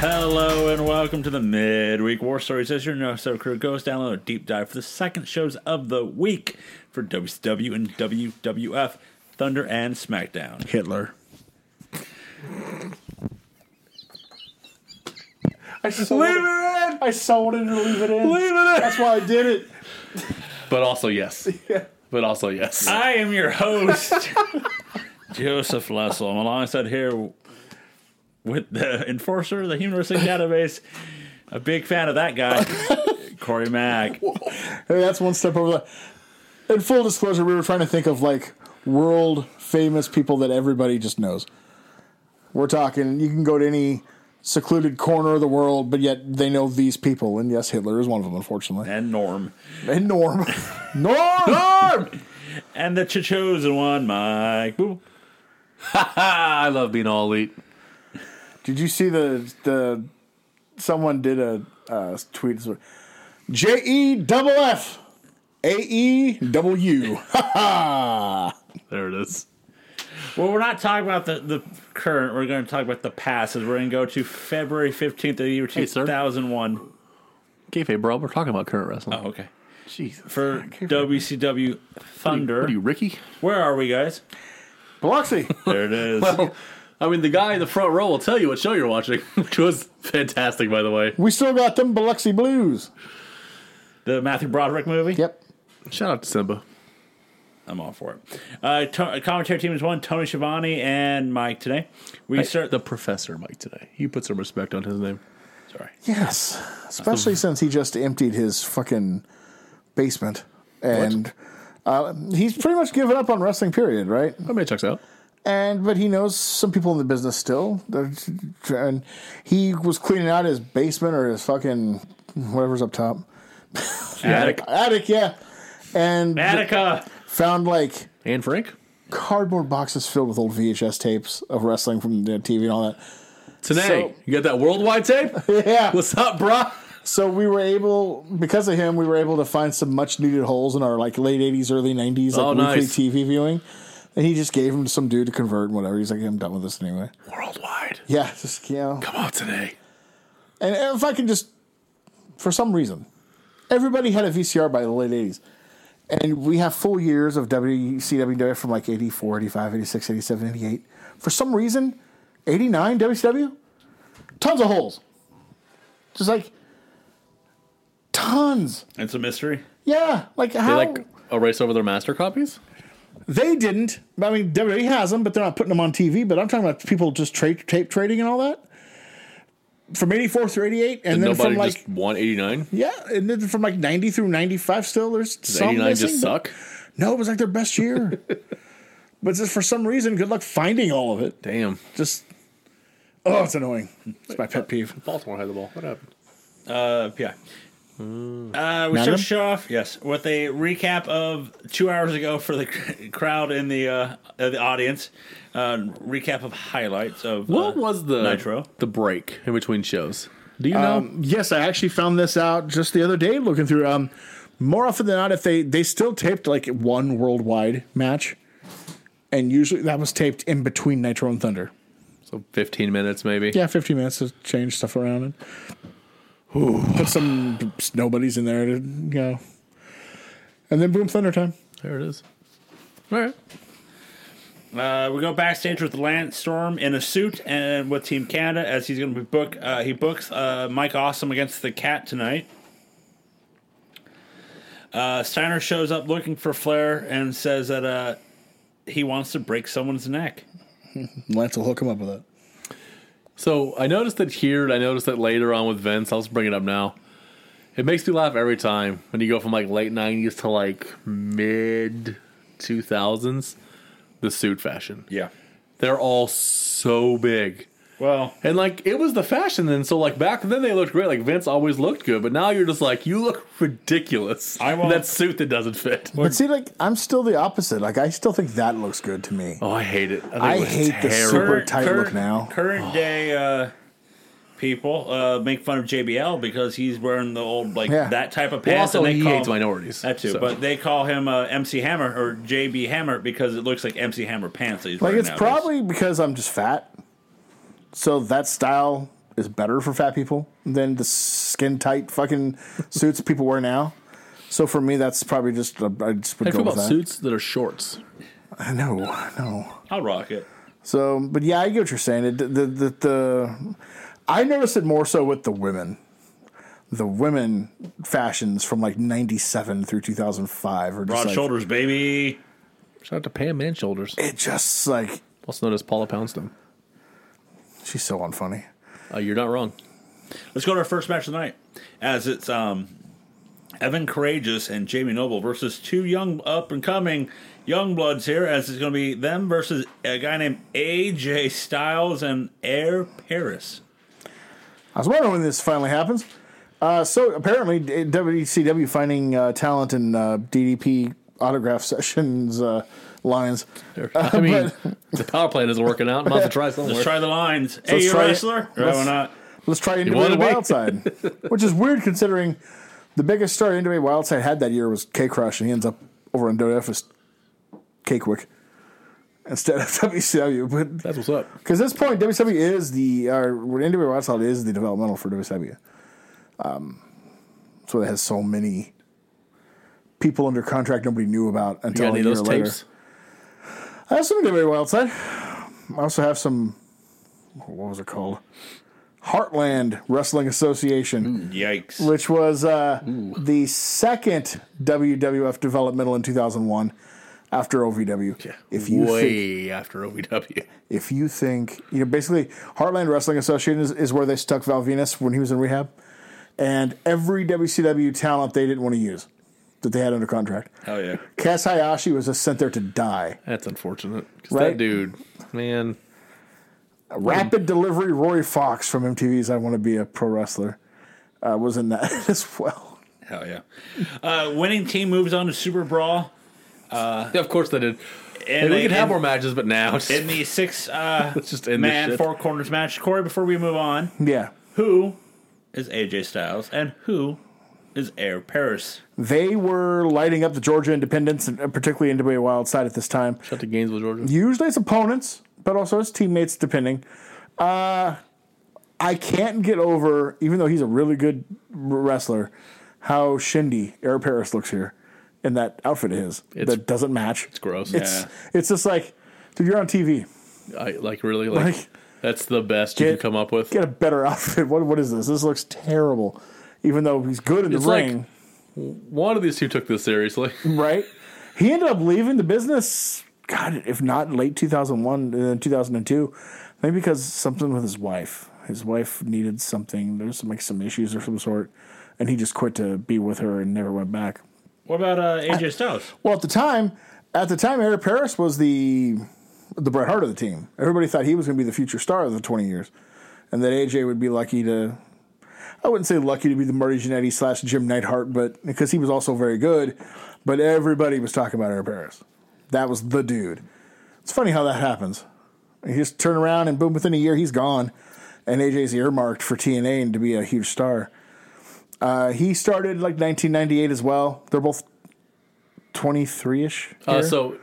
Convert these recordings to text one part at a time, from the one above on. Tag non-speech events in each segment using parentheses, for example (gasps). Hello and welcome to the Midweek War Stories. This is your No So Crew Ghost Download a Deep Dive for the second shows of the week for WCW and WWF, Thunder and SmackDown. Hitler. I sold it. in. I sold it to leave it in. Leave it in. That's why I did it. But (laughs) also yes. But also yes. I am your (laughs) host, Joseph Lessel. I'm alongside here with the enforcer of the Human Wrestling Database, a big fan of that (laughs) guy, Corey Mack. Hey, that's one step over the. In full disclosure, we were trying to think of like world famous people that everybody just knows. We're talking, you can go to any secluded corner of the world, but yet they know these people. And yes, Hitler is one of them, unfortunately. And Norm. (laughs) And Norm. (laughs) Norm! Norm! And the chosen one, Mike. Boo. (laughs) I love being all elite. Did you see the the someone did a uh, tweet? J E double F A E double U. There it is. Well, we're not talking about the, the current. We're going to talk about the past. As we're going to go to February fifteenth of the year two sir. thousand one. Kayfabe, bro. We're talking about current wrestling. okay. Jesus. For WCW Thunder. What are you, Ricky? Where are we, (laughs) guys? Biloxi. There it is. Oh, I mean, the guy in the front row will tell you what show you're watching, (laughs) which was fantastic, by the way. We still got them Biloxi Blues. the Matthew Broderick movie. Yep. Shout out to Simba. I'm all for it. Uh, to- commentary team is one Tony Schiavone and Mike today. We start the professor Mike today. You put some respect on his name. Sorry. Yes. Especially since he just emptied his fucking basement. And uh, he's pretty much given up on wrestling, period, right? I mean, it checks out. and but he knows some people in the business still. They're- And he was cleaning out his basement or his fucking whatever's up top Attic. attic, yeah, and Attica. found like And Frank. cardboard boxes filled with old VHS tapes of wrestling from the TV and all that. Today, you got that worldwide tape? (laughs) (laughs) Yeah. What's up, brah? So we were able because of him, we were able to find some much needed holes in our like late eighties, early nineties, like Oh, weekly nice. TV viewing. And he just gave him to some dude to convert and whatever. He's like, I'm done with this anyway. Worldwide. Yeah, just you know. Come on today. And if I can just, for some reason, everybody had a VCR by the late 80s. And we have full years of WCW from like 84, 85, 86, 87, 88. For some reason, 89 WCW, tons of holes. Just like tons. It's a mystery. Yeah. Like They how? like erase over their master copies? They didn't. I mean, WWE has them, but they're not putting them on TV. But I'm talking about people just trade tape trading and all that. From 84 through 88. And, then Nobody from like. just won 89? Yeah, and then from like ninety through ninety five, still there's Does some 89 missing. just suck? No, it was like their best year. (laughs) but just for some reason, good luck finding all of it. Damn. Just oh, it's annoying. It's my pet peeve. Baltimore had the ball. What happened? Uh, yeah. Hmm. Uh, we Madam? start show off, yes, with a recap of two hours ago for the crowd in the uh, uh, the audience. Uh, recap of highlights of What uh, was the Nitro? the break in between shows? Do you know? Um, Yes, I actually found this out just the other day looking through. Um, more often than not, if they they still taped like one worldwide match, and usually that was taped in between Nitro and Thunder. so 15 minutes maybe. Yeah, 15 minutes to change stuff around and (sighs) put some nobodies in there to, you know. And then boom, thunder time. There it is. All right. Uh, we go backstage with Lance Storm in a suit and with Team Canada as he's going to be book. Uh, he books uh, Mike Awesome against the Cat tonight. Uh, Steiner shows up looking for Flair and says that uh, he wants to break someone's neck. Lance will hook him up with it. So I noticed that here, and I noticed that later on with Vince. I'll just bring it up now. It makes me laugh every time when you go from like late nineties to like mid two thousands. The suit fashion. Yeah. They're all so big. Well, And like it was the fashion then, so like back then they looked great. Like Vince always looked good, but now you're just like you look ridiculous. I in won't- that suit that doesn't fit. But see, like, I'm still the opposite. Like, I still think that looks good to me. Oh, I hate it. I, think I it looks hate the terrible. super tight look now. Current day uh, people uh, make fun of JBL because he's wearing the old like Yeah. that type of Well, pants. and also, they he call E hates him- minorities. That too, so. but they call him uh, MC Hammer or JB Hammer because it looks like MC Hammer pants. That he's Like, wearing it's nowadays. probably because I'm just fat. So that style is better for fat people than the skin tight fucking suits people wear now. So for me, that's probably just a, I just would I go feel with about that. suits that are shorts. I know, I know. I'll rock it. So, but yeah, I get what you're saying. It, the, the, the, the, I noticed it more so with the women. The women fashions from like 97 through 2005 are just Broad like, shoulders, baby. Shout out to Pam Man Shoulders, it just like, also known as Paula Poundstone. she's so unfunny. Uh, you're not wrong. Let's go to our first match of the night, as it's um, Evan Courageous and Jamie Noble versus two young up and coming young bloods here. As it's going to be them versus a guy named AJ Styles and Air Paris. I was wondering when this finally happens. Uh, so apparently, D- WCW finding uh, talent in uh, DDP autograph (laughs) sessions uh, lines. (laughs) I mean, the power plant isn't working out. I'm about to try Let's somewhere. try the lines. hey, let's you try it. wrestler? Or Let's- why not? Let's try wanna NWA be? Wild Side, (laughs) which is weird considering the biggest star NWA Wild Side had that year was K Crush, and he ends up over on WWF as K Quick instead of (laughs) WCW. But That's what's up. because this point, WCW is the or NWA Wild Side is the developmental for WCW. Um, so it has so many people under contract nobody knew about You until got a any year of those later. tapes? I have some WWE Wild Side. I also have some. What was it called? Heartland Wrestling Hmm. Association, Yikes. which was uh, the second WWF developmental in 2001 after OVW. If you think, Way after OVW. if you think, you know, basically Heartland Wrestling Association is, is where they stuck Val Venus when he was in rehab, and every WCW talent they didn't want to use that they had under contract. Hell yeah. Cass Hayashi was just sent there to die. That's unfortunate. 'Cause Right? That dude, man, Rapid delivery Roy Fox from MTV's I Want to Be a Pro Wrestler uh, was in that (laughs) as well. Hell yeah. Uh, winning team moves on to Super Brawl. Yeah, of course they did. And Hey, we they- could have and- more matches, but now it's in the six (laughs) uh, just end this man shit. four corners match. Corey, before we move on, Yeah. who is AJ Styles and who is Air Paris? They were lighting up the Georgia independents, and uh, particularly NWA Wild Side at this time. shut to Gainesville, Georgia. Usually it's opponents, but also it's teammates, depending. Uh, I can't get over, even though he's a really good wrestler, how shindy Air Paris looks here in that outfit of his It's- that doesn't match. It's gross. It's, Yeah. it's just like, dude, you're on TV. I like really like, Like- that's the best you Get- could come up with. get a better (laughs) outfit. What what is this? This looks terrible. Even though he's good in the It's like- ring, One of these two took this (laughs) seriously. right? He ended up leaving the business. God, if not late 2001, uh, 2002, maybe because something with his wife. His wife needed something. There's some, like some issues or some sort, and he just quit to be with her and never went back. What about uh, AJ Styles? Well, at the time, at the time, Eric Paris was the the Bret Hart of the team. Everybody thought he was going to be the future star of the twenty years, and that AJ would be lucky to. I wouldn't say lucky to be the Marty Jannetty slash Jim Neidhart, but because he was also very good, but everybody was talking about Eric Paris. That was the dude. It's funny how that happens. You just turn around and boom, within a year he's gone, and AJ's earmarked for TNA and to be a huge star. Uh, he started like 1998 as well. They're both 23 ish. Uh, so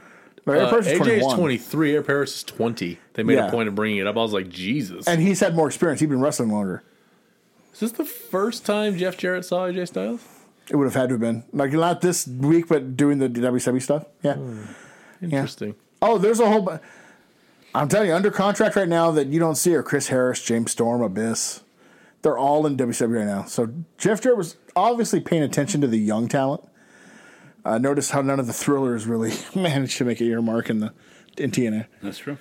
Right, Air uh, Paris is AJ is 21. 23, Air Paris is 20. They made Yeah. a point of bringing it up. I was like, Jesus. and he's had more experience. He'd been wrestling longer. is this the first time Jeff Jarrett saw AJ Styles? It would have had to have been like not this week, but doing the WWE stuff. Yeah. Hmm. Interesting. Oh, there's a whole. Bu- I'm telling you, under contract right now that you don't see are Chris Harris, James Storm, Abyss. They're all in WWE right now. So Jeff Jarrett was obviously paying attention to the young talent. Uh, notice how none of the thrillers really (laughs) managed to make a earmark in the in TNA. That's true.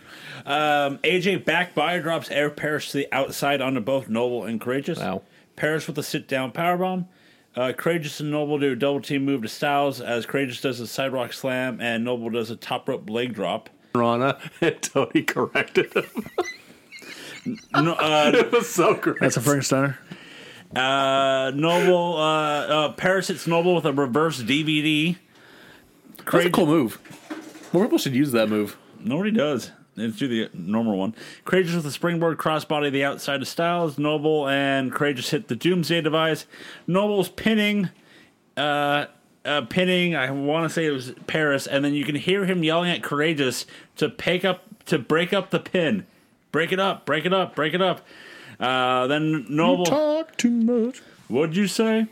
Um, AJ back by drops Air Paris to the outside onto both Noble and Courageous. Wow. Paris with a sit down powerbomb. Uh, Courageous and Noble do a double team move to Styles as Courageous does a sidewalk slam and Noble does a top rope leg drop. Rana (laughs) and Tony corrected him. (laughs) No, uh, It was so great. That's a Frankensteiner. Uh, Noble, uh, uh, Paris hits Noble with a reverse DVD. That's a cool move. More people should use that move. Nobody does. Let's do the normal one. Courageous with a springboard crossbody to the outside of Styles. Noble and Courageous hit the Doomsday device. Noble's pinning, uh, uh, pinning. I want to say it was Paris, and then you can hear him yelling at Courageous to pick up to break up the pin, break it up, break it up, break it up. Uh, then Noble, Talk too much. what'd you say?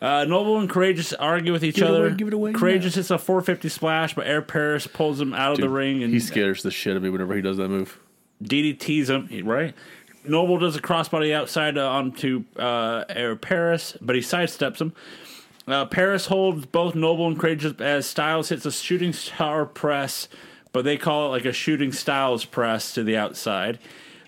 Uh, Noble and Courageous argue with each Give it other. away, give it away Courageous hits a 450 splash, but Air Paris pulls him out of the ring and he scares the shit out of me whenever he does that move. DDTs him, um, right? Noble does a crossbody outside uh, onto uh, Air Paris, but he sidesteps him. Uh, Paris holds both Noble and Courageous as Styles hits a shooting star press, but they call it like a shooting Styles press to the outside.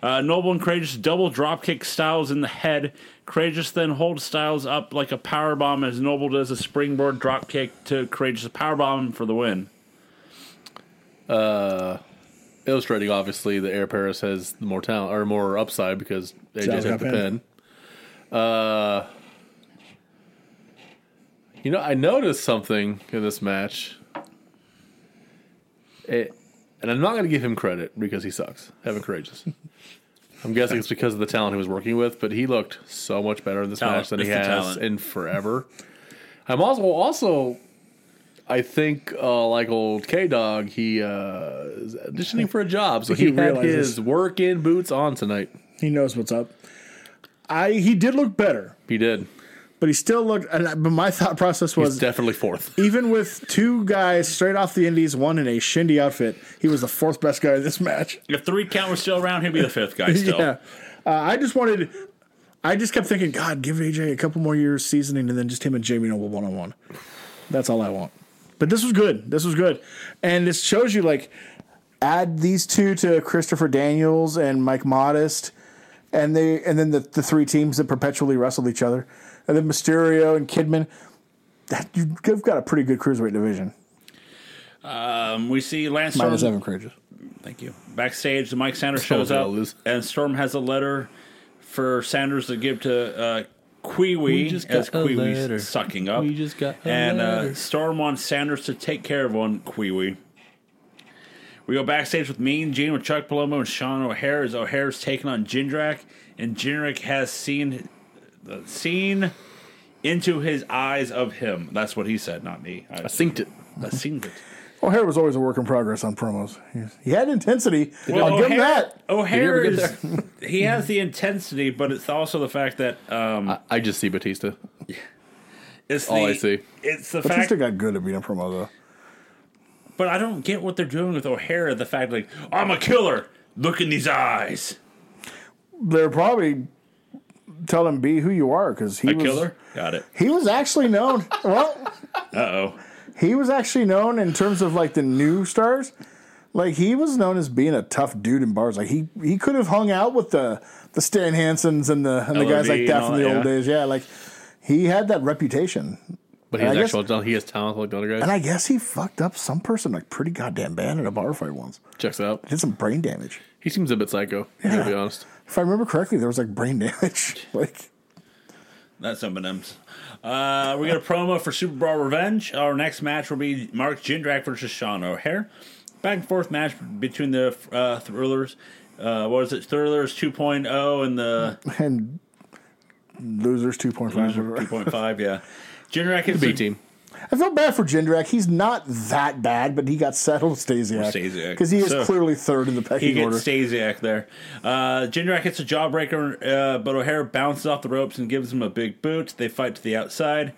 Uh, Noble and Courageous double dropkick Styles in the head. Courageous then holds Styles up like a powerbomb as Noble does a springboard dropkick to Courageous powerbomb for the win. illustrating obviously the Air Paris has more talent or more upside because AJ's Styles got got the pin. Uh, you know, I noticed something in this match, it, and I'm not going to give him credit because he sucks. Heaven courageous. I'm guessing it's because of the talent he was working with, but he looked so much better in this Talent. match than he It's the has talent. in forever. I'm also also I think, uh, like old K Dog, he uh, is auditioning for a job, so he, He had realizes. his work in boots on tonight. He knows what's up. I he did look better, He did. but he still looked. And I, but my thought process He's was definitely fourth. even with two guys straight off the Indies, one in a shindy outfit, he was the fourth best guy in this match. If three count was still around, he'd be the fifth guy still. Yeah, uh, I just wanted. I just kept thinking, God, give AJ a couple more years seasoning, and then just him and Jamie Noble one on one. That's all I want. But this was good. This was good, and this shows you like Add these two to Christopher Daniels and Mike Modest, and they and then the, the three teams that perpetually wrestled each other, and then Mysterio and Kidman. That you've got a pretty good cruiserweight division. Um, we see Lance Minus Storm Evan Courageous. Thank you. Backstage, Mike (laughs) Sanders Someone's shows up, gonna lose. and Storm has a letter for Sanders to give to uh, We Queewee just as got a letter. Queewee's sucking up. We just got a and uh, letter. Storm wants Sanders to take care of one Queewee. We go backstage with Mean Gene with Chuck Palumbo and Sean O'Hare as O'Hare's taking on Jindrak, and Jindrak has seen the seen into his eyes of him. That's what he said, not me. I, I synced it. I seen it. O'Hare was always a work in progress on promos. He- He had intensity. I'll give him O'Hare- that. O'Hare Did you ever is, (laughs) he has the intensity, but it's also the fact that um, I, I just see Batista. it's all the, Oh, I see. It's the Batista fact, got good at being a promo though. but I don't get what they're doing with O'Hare. The fact, like, I'm a killer. Look in these eyes. They're probably telling him be who you are because he A was killer. Got it. he was (laughs) actually known. well, Uh oh. he was actually known in terms of like the new stars. Like he was known as being a tough dude in bars. Like he he could have hung out with the the Stan Hansons and the and the guys LOD like that and from all the that, old yeah. days. Yeah, like he had that reputation. But he has I guess- actual talent. He has talent like the other And guys. I guess he fucked up some person like pretty goddamn bad in a bar fight once. Checks out. Did some brain damage. He seems a bit psycho. To be honest, If I remember correctly, there was like brain (laughs) damage. like That's M&M's. Uh, we got a promo for Super Brawl Revenge. Our next match will be Mark Jindrak versus Sean O'Hare. Back and forth match between the uh, Thrillers. Uh, what is it? Thrillers 2.0 and the. and losers two point (laughs) five. Two point five, yeah. Jindrak hits B a- team. I feel bad for Jindrak. He's not that bad, but he got settled Stasiak Stasiak. because he is So- clearly third in the He pecking gets order. Stasiak there. Uh, Jindrak hits a jawbreaker, uh, but O'Hare bounces off the ropes and gives him a big boot. They fight to the outside.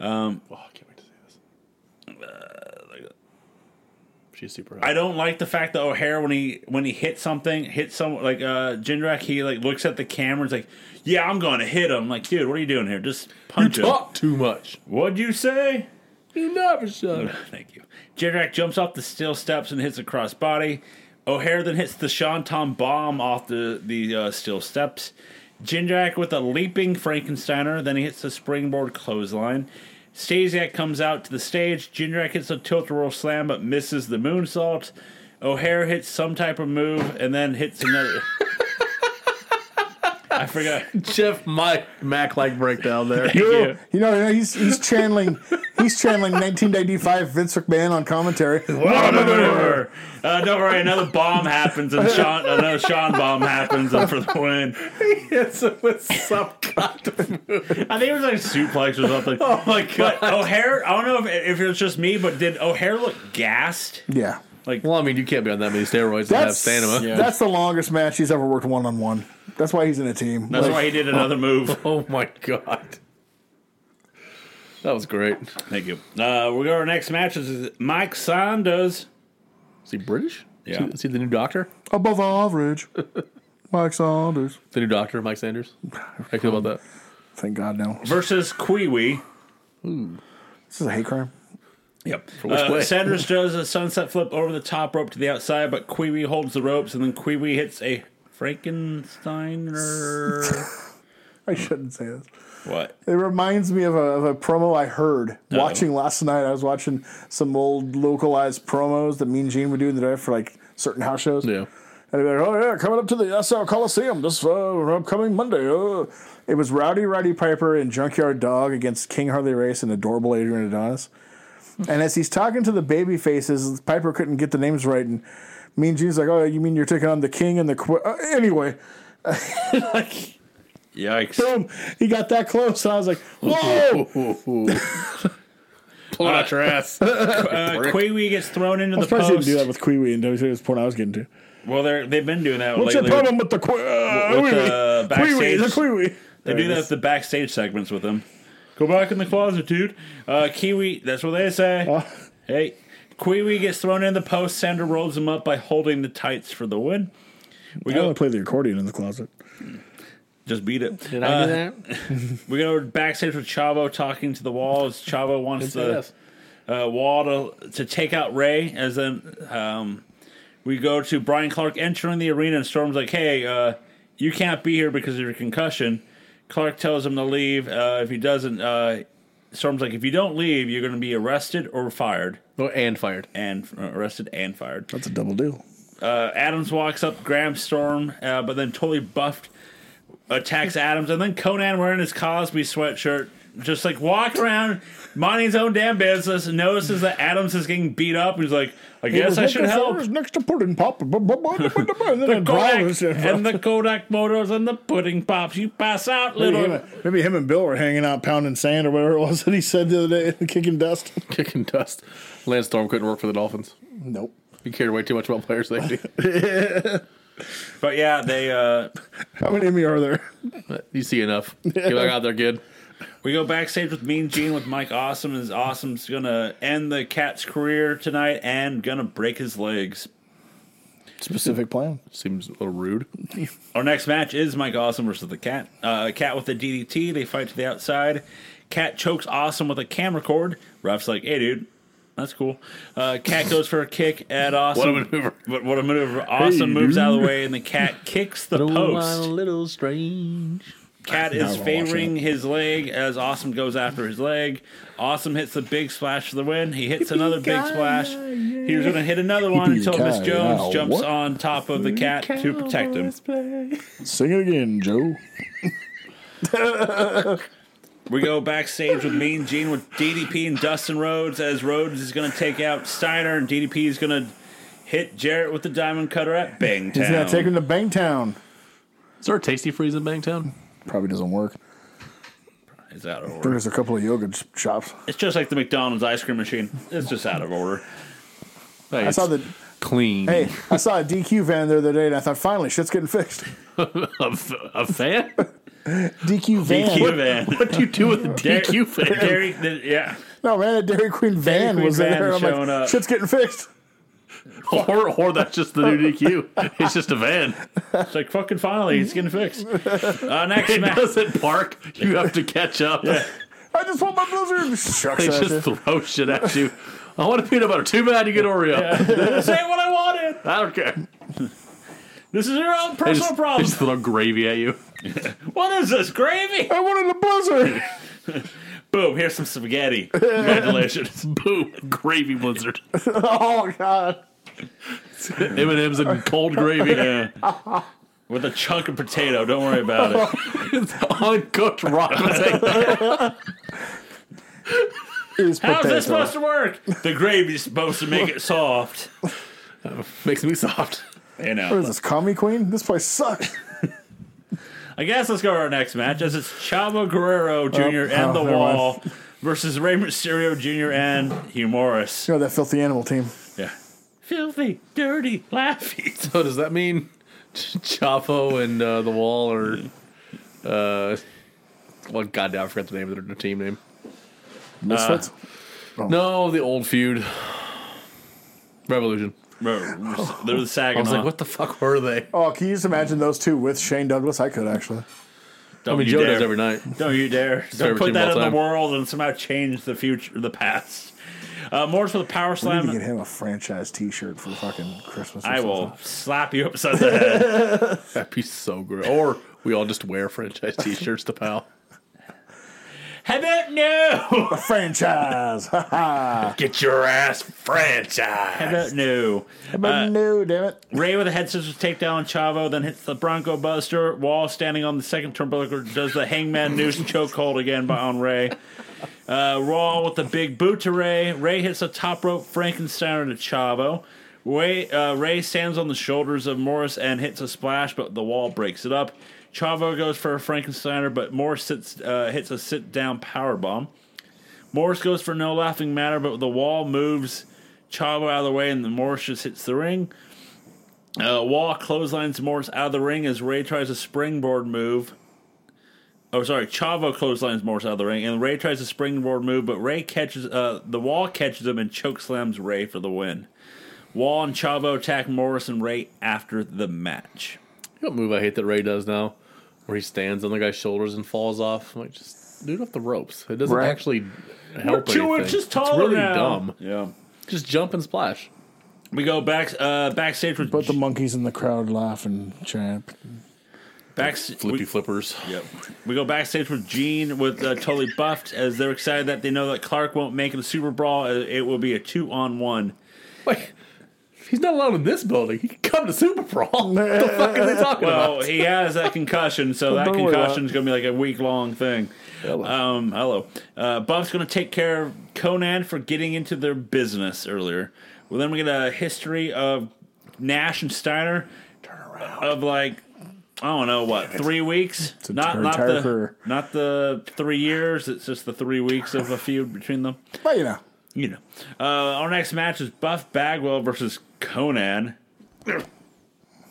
Oh, I can't wait to see this. Uh, She's super. I Hot. don't like the fact that O'Hare when he when he hits something, hits some like uh, Jindrak, he like looks at the camera. and's like, "Yeah, I'm going to hit him." like, dude, what are you doing here? Just punch him. Talk too much. What'd you say? You never shut. up. (laughs) Thank you. Jindrak jumps off the steel steps and hits a crossbody. O'Hare then hits the Shantom bomb off the, the uh, steel steps. Jindrak with a leaping Frankensteiner, then he hits the springboard clothesline. Stasiak comes out to the stage. Jindrak hits a tilt roll slam but misses the moonsault. O'Hare hits some type of move and then hits another. I forgot. Jeff Mike Mac like breakdown (laughs) there. you. You know, he's he's channeling he's channeling 1995 Vince McMahon on commentary. Uh, don't worry, another bomb happens and Sean, another Sean bomb happens and for the win. It's with some kind of I think it was like a suplex or something. Oh my But God. O'Hare, I don't know if, if it was just me, but did O'Hare look gassed? Yeah, Like Well, I mean, you can't be on that many steroids to have That's stamina. that's the longest match he's ever worked one on one. That's why he's in a team. that's Like, why he did another move. (laughs) Oh my god, that was great. Thank you. Uh, we go to our next match is Mike Saunders. Is he British? Yeah. Is he, is he the new doctor? above average. Mike Saunders. The new doctor, Mike Sanders. How you feel about that? Thank God no. versus Kiwi. This is a hate crime. Yep. which Uh, way? Sanders does a sunset flip over the top rope to the outside, but Kiwi holds the ropes, and then Kiwi hits a (laughs) Frankensteiner. I shouldn't say this. what? It reminds me of a, of a promo I heard watching last night. I was watching some old localized promos that Mean Gene would do in the day for like certain house shows. (laughs) Yeah. And they'd be like, oh yeah, coming up to the SL Coliseum this uh, upcoming Monday. Uh. It was Rowdy Roddy Piper and Junkyard Dog against King Harley Race and Adorable Adrian Adonis. And as he's talking to the baby faces, Piper couldn't get the names right. And Mean Gene's like, oh, you mean you're taking on the King and the... Qu-? Uh, anyway, like, Yikes! boom, he got that close. And I was like, oh, whoa! Pull out (laughs) your ass. Uh, Kiwi gets thrown into I'm the surprised you didn't post. do that with Kiwi and WWE. That's the point I was getting to. Well, they're they've been doing that What's lately. your problem with the Kiwi? Uh, with the Kiwi, the backstage- Kiwi. They do that with the backstage segments with them. Go back in the closet, dude. Uh, Kiwi, that's what they say. Uh. Hey, Kiwi gets thrown in the post. Sandra rolls him up by holding the tights for the win. We I go only Oh. play the accordion in the closet. just beat it. Did I do that? We go backstage with Chavo talking to the wall as Chavo wants the Yes. uh, wall to, to take out Ray. As then um, we go to Brian Clark entering the arena and Storm's like, hey, uh, you can't be here because of your concussion. Clark tells him to leave. Uh, if he doesn't, uh, Storm's like, if you don't leave, you're going to be arrested or fired. Oh, and fired. (laughs) And uh, arrested and fired. That's a double deal. Uh, Adams walks up, grabs Storm, uh, but then totally buffed attacks Adams, and then Conan wearing his Cosby sweatshirt just like walks around, minding his own damn business, and notices that Adams is getting beat up. and He's like, I guess I should help. Next to pudding pop. And (laughs) then Kodak and the Kodak motors and the pudding pops. You pass (laughs) out, Maybe little. him, maybe him and Bill were hanging out pounding sand or whatever it was that he said the other day, (laughs) kicking dust. Kicking dust. Landstorm couldn't work for the Dolphins. Nope. He cared way too much about player (laughs) safety. But yeah, they uh, How many of me are there? you see enough. Get back out there, kid. We go backstage with Mean Gene with Mike Awesome, and Awesome's gonna end the cat's career tonight and gonna break his legs. Specific plan. Seems a little rude. Our next match is Mike Awesome versus the Cat. Uh, cat with the DDT. They fight to the outside. Cat chokes Awesome with a camera cord. Ref's like, "Hey, dude, that's cool." Uh, cat goes for a kick at What a Awesome. maneuver. But what a maneuver! Awesome moves out of the way, and the (laughs) cat kicks the post. little strange. Cat is we're watching favoring his leg as Awesome goes after his leg. Awesome hits the big splash for the win. He hits another big splash. He was going to hit another one until Miss Yippee-ki-yay. Jones Now, jumps what? on top of the cat to protect him. Sing it again, Joe. We go backstage with Mean Gene with DDP and Dustin Rhodes as Rhodes is going to take out Steiner and DDP is going to hit Jarrett with the diamond cutter at Bangtown. He's going to take him to Bangtown. Is there a tasty freeze in Bangtown? Probably doesn't work. It's out of order. Bring us a couple of yoga ch- shops. It's just like the McDonald's ice cream machine. It's just out of (laughs) order. Hey, I saw it's the clean. hey, I saw a DQ van there the other day, and I thought finally shit's getting fixed. (laughs) a, f- a fan? (laughs) DQ van. (laughs) DQ van. what do you do with a Dairy- DQ fan? Dairy- the- yeah. No man, a Dairy Queen van Queen was in van there. I'm like, showing up. shit's getting fixed. or, or that's just the new (laughs) DQ. It's just a van. It's like fucking finally, it's getting fixed. (laughs) Uh, next It match, doesn't park. You have to catch up. I just want my blizzard. (laughs) Shucks, They I just did. throw shit at you. I want a peanut butter. Too bad you get Oreo. (laughs) this ain't what I wanted. I don't care. This is your own They personal just, they problem. just throw gravy at you. What is this gravy? I wanted a blizzard. (laughs) Boom! Here's some spaghetti. (laughs) Congratulations. (laughs) Boom. Gravy blizzard. oh god. M&M's and cold gravy. (laughs) Yeah. With a chunk of potato. Don't worry about it. Uncooked rock potato. Is How's potato. this supposed to work? The gravy's supposed to make it soft. (laughs) Makes me soft. You What know. is this, Commie Queen? This place (laughs) sucks. I guess let's go to our next match as it's Chavo Guerrero Jr. and oh, The never Wall versus Rey Mysterio Jr. and Hugh Morris. you know, that filthy animal team. Yeah. filthy, dirty, laughy. So does that mean Chapo and uh, the Wall are? Uh, well, goddamn, I forgot the name of their team name. Misfits? No, the old feud, Revolution. Bro, they're the I was Saginaw. like, what the fuck were they? oh, can you just imagine those two with Shane Douglas? I could actually. Don't I mean, you Joe dare. does every night. Don't you dare. Don't favorite put team that of in the all time. world and somehow change the future, the past. Uh, Morris with a power We need to slam. get him a franchise T-shirt for fucking Christmas. Or I will something. slap you upside the head. (laughs) That'd be so great. Or we all just wear (laughs) franchise T-shirts to pal. How about no? A franchise. Ha ha. Get your ass franchise. How about no? But no, damn it. Ray with a head scissors takedown, Chavo, then hits the Bronco Buster. Wall standing on the second turnbuckle does the Hangman Noose chokehold again by on Ray. Uh, Raw with the big boot to Ray. Ray hits a top rope Frankensteiner to Chavo. Ray, uh, Ray stands on the shoulders of Morris and hits a splash, but the wall breaks it up. Chavo goes for a Frankensteiner, but Morris sits, uh, hits a sit down power bomb. Morris goes for no laughing matter, but the wall moves Chavo out of the way, and the Morris just hits the ring. Uh, Wall clotheslines Morris out of the ring as Ray tries a springboard move. Oh, sorry, Chavo clotheslines Morris out of the ring, and Ray tries a springboard move, but Ray catches uh, the Wall catches him and chokeslams Ray for the win. Wall and Chavo attack Morris and Ray after the match. You know what move I hate that Ray does now, where he stands on the guy's shoulders and falls off. I'm like, just do it off the ropes. It doesn't Right. actually help. We're two anything. inches It's taller really now. dumb. Yeah, Just jump and splash. we go back uh, backstage with But the monkeys in the crowd laugh and chant. back, Flippy (laughs) flippers. Yep. We go backstage with Gene with uh, Totally Buffed as they're excited that they know that Clark won't make it a Super Brawl. Uh, It will be a two on one. Wait, he's not allowed in this building. He can come to Super Brawl. (laughs) what the fuck are they talking Well, about? he has that concussion, so that (laughs) Don't worry about it. concussion's going to be like a week long thing. Hello. Um, hello. Uh, Buff's going to take care of Conan for getting into their business earlier. Well, then we get a history of Nash and Steiner. Turn around. Of like. I don't know what three weeks, a not turn- not entire the career. not the three years. It's just the three weeks of a feud between them. But you know, You know. Uh, our next match is Buff Bagwell versus Conan. (coughs)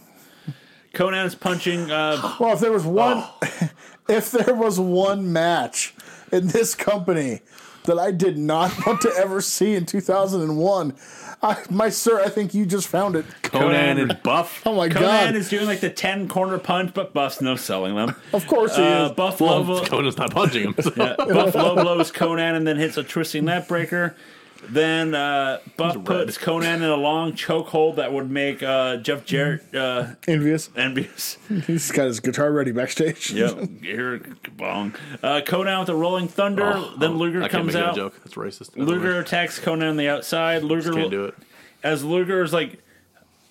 Conan's punching. (sighs) Uh, well, if there was one, (laughs) if there was one match in this company that I did not (laughs) want to ever see in 2001, I, my sir, I think you just found it. Conan Conan- and Buff. (laughs) Oh my Conan god! is doing like the 10 corner punch, but Buff's no selling them. (laughs) of course he Uh, is. Buff, Well, low, Conan's not punching him. (laughs) so- yeah, Buff low blows Conan and then hits a twisting net breaker. Then uh, Buff puts Conan in a long chokehold that would make uh, Jeff Jarrett uh, Envious. envious. He's got his guitar ready backstage. (laughs) Yep. Here, bong. Uh, Conan with a rolling thunder. then Luger Oh, I can't comes make that out. joke. That's racist. Luger attacks Conan on the outside. Luger can't do it. as Luger is like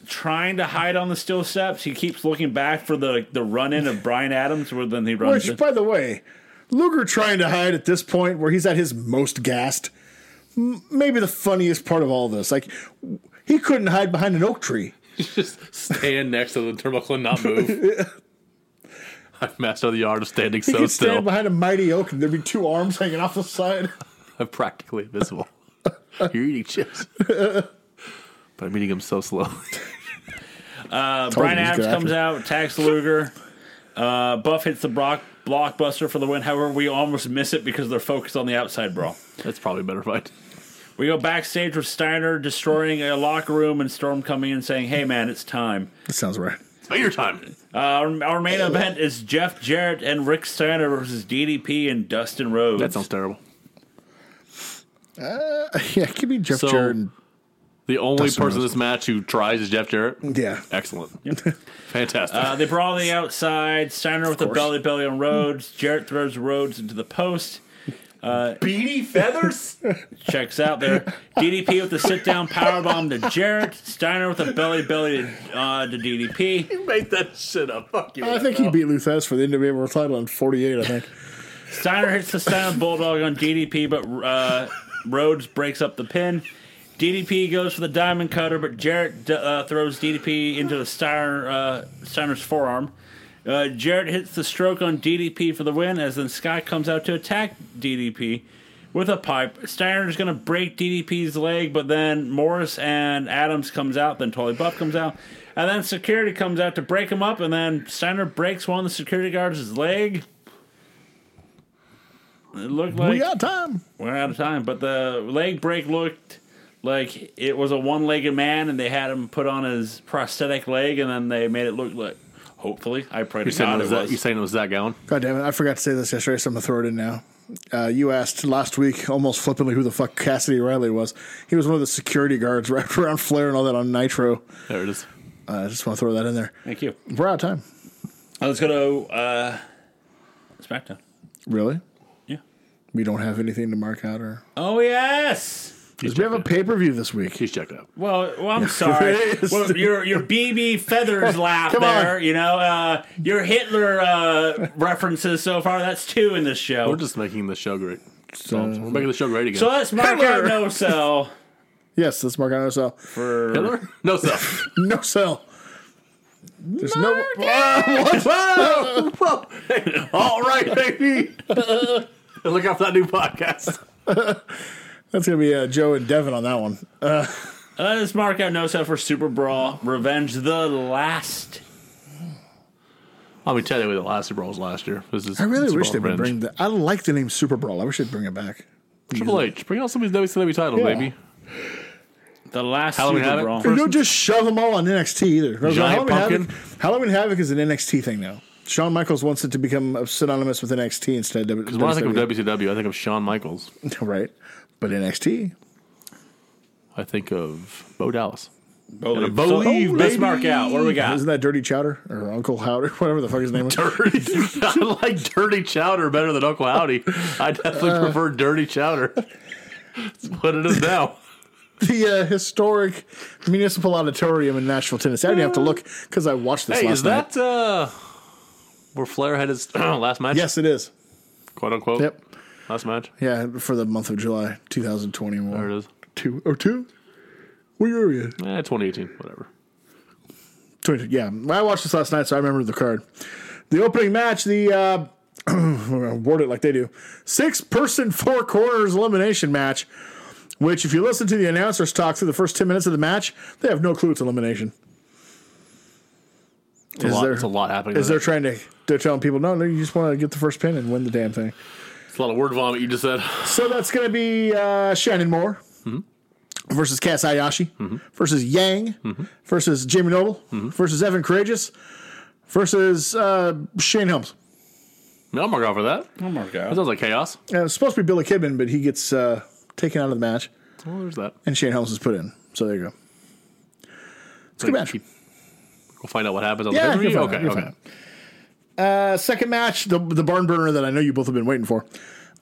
trying to hide on the steel steps. He keeps looking back for the the run in of Brian Adams, where then he runs. (laughs) Which, in. by the way, Luger trying to hide at this point where he's at his most gassed. M- maybe the funniest part of all this. Like, he couldn't hide behind an oak tree. (laughs) Just stand next to the turnbuckle and (laughs) not move. I've mastered the art of standing He so could stand still. behind a mighty oak and there'd be two arms hanging off the side. I'm practically invisible. (laughs) You're eating (laughs) chips. but I'm eating them so slowly. (laughs) Uh, Brian you he's Adams good comes out, attacks Luger. Uh, Buff hits the Brock blockbuster for the win. However, we almost miss it because they're focused on the outside brawl. That's probably a better (laughs) fight. We go backstage with Steiner destroying a locker room and Storm coming in saying, "Hey man, it's time." (laughs) That sounds right. It's about your time. Uh, our, our main event is Jeff Jarrett and Rick Steiner versus DDP and Dustin Rhodes. That sounds terrible. (laughs) Yeah, give me Jeff So- Jarrett. and- The only Dustin person in Rhodes. this match who tries is Jeff Jarrett. Yeah. Excellent. (laughs) Fantastic. Uh, they brawl on the outside. Steiner with a belly belly on Rhodes. Jarrett throws Rhodes into the post. Beady (laughs) feathers? Checks out there. DDP with the sit down powerbomb to Jarrett. Steiner with a belly belly to, uh, to DDP. you made that shit up. Fuck you. I think he beat Luthes for the NWA World title in 48, I think. Steiner hits the Steiner Bulldog on DDP, but uh, Rhodes breaks up the pin. DDP goes for the diamond cutter, but Jarrett uh, throws DDP into the Steiner, uh, Steiner's forearm. Uh, Jarrett hits the stroke on DDP for the win, as then Scott comes out to attack DDP. with a pipe. Steiner's going to break DDP's leg, but then Morris and Adams comes out. Then Tolly Buff comes out, and then security comes out to break him up. And then Steiner breaks one of the security guards' leg. It looked like we got time. we're out of time, but the leg break looked like it was a one-legged man, and they had him put on his prosthetic leg, and then they made it look like. Hopefully, I pray to You saying it God was it that? You was. saying it was that gown? God damn it! I forgot to say this yesterday, so I'm gonna throw it in now. Uh, you asked last week, almost flippantly, who the fuck Cassidy Riley was. He was one of the security guards (laughs) wrapped around Flair and all that on Nitro. There it is. Uh, I just want to throw that in there. Thank you. We're out of time. Uh, Let's go to uh, SmackDown. Really? Yeah. We don't have anything to mark out, or Oh yes. we have a pay per view this week. He's checked out. Well, well (laughs) I'm sorry. Yes. well, your your BB feathers laugh Come on. there. You know uh, your Hitler uh, references so far. That's two in this show. We're just making the show great. So Uh, we're making the show great again. so let's mark our Hitler. no sell Yes, let's mark out no sell. for Hitler? No stuff. No sell. There's no. Ah, what? All right, baby. (laughs) Look out for that new podcast. That's gonna be uh, Joe and Devin on that one. Let's Uh, mark out no sell for Super Brawl Revenge the last. I mean, technically, the last Super Bowl was last year. This is I really Super wish they Bowl would revenge. bring that. I like the name Super Brawl. I wish they'd bring it back. Triple H. Bring out somebody's WCW title, Yeah. baby. The last Halloween Super Havoc? Brawl. (laughs) Or don't just shove them all on NXT either. No, Giant pumpkin. Havoc, Halloween Havoc is an NXT thing now. Shawn Michaels wants it to become synonymous with NXT instead of Because when I think of WCW, I think of Shawn Michaels. (laughs) right? But NXT, I think of (laughs) Bo Dallas. Believe. Believe, So, let's baby. mark out. What do we got? Oh, isn't that Dirty Chowder or Uncle Howder, (laughs) whatever the fuck his name was? Dirty. I like Dirty Chowder better than Uncle Howdy. I definitely Uh. prefer Dirty Chowder. That's what it is now. the uh, historic municipal auditorium in Nashville, Tennessee. I didn't have to look because I watched this Hey, last is night. that uh, where Flair had his (clears throat) last match? Yes, it is. Quote unquote. Yep. Last match. Yeah, for the month of July, 2021. There it is. Two or two? What year are you? Eh, 2018. Whatever. 22, yeah, I watched this last night, so I remember the card. The opening match, the uh, (clears throat) we're gonna word it like they do, six person four corners elimination match. Which, if you listen to the announcers talk through the first ten minutes of the match, they have no clue it's elimination. It's a, lot, it's a lot happening. Is there. they're trying to they're telling people no, no, you just want to get the first pin and win the damn thing. It's a lot of word vomit you just said. (laughs) So that's going to be uh, Shannon Moore versus Cass Ayashi versus Yang versus Jamie Noble versus Evan Courageous versus uh, Shane Helms. No, I'm not going for that. I'll mark That out. sounds like chaos. Uh, it's supposed to be Billy Kidman, but he gets uh, taken out of the match, Well, there's that. and Shane Helms is put in. So there you go. It's a good match. We'll find out what happens on Yeah, the you're fine. pay-per-view. Oh, Okay, You're okay. fine. Uh, second match, the the barn burner that I know you both have been waiting for.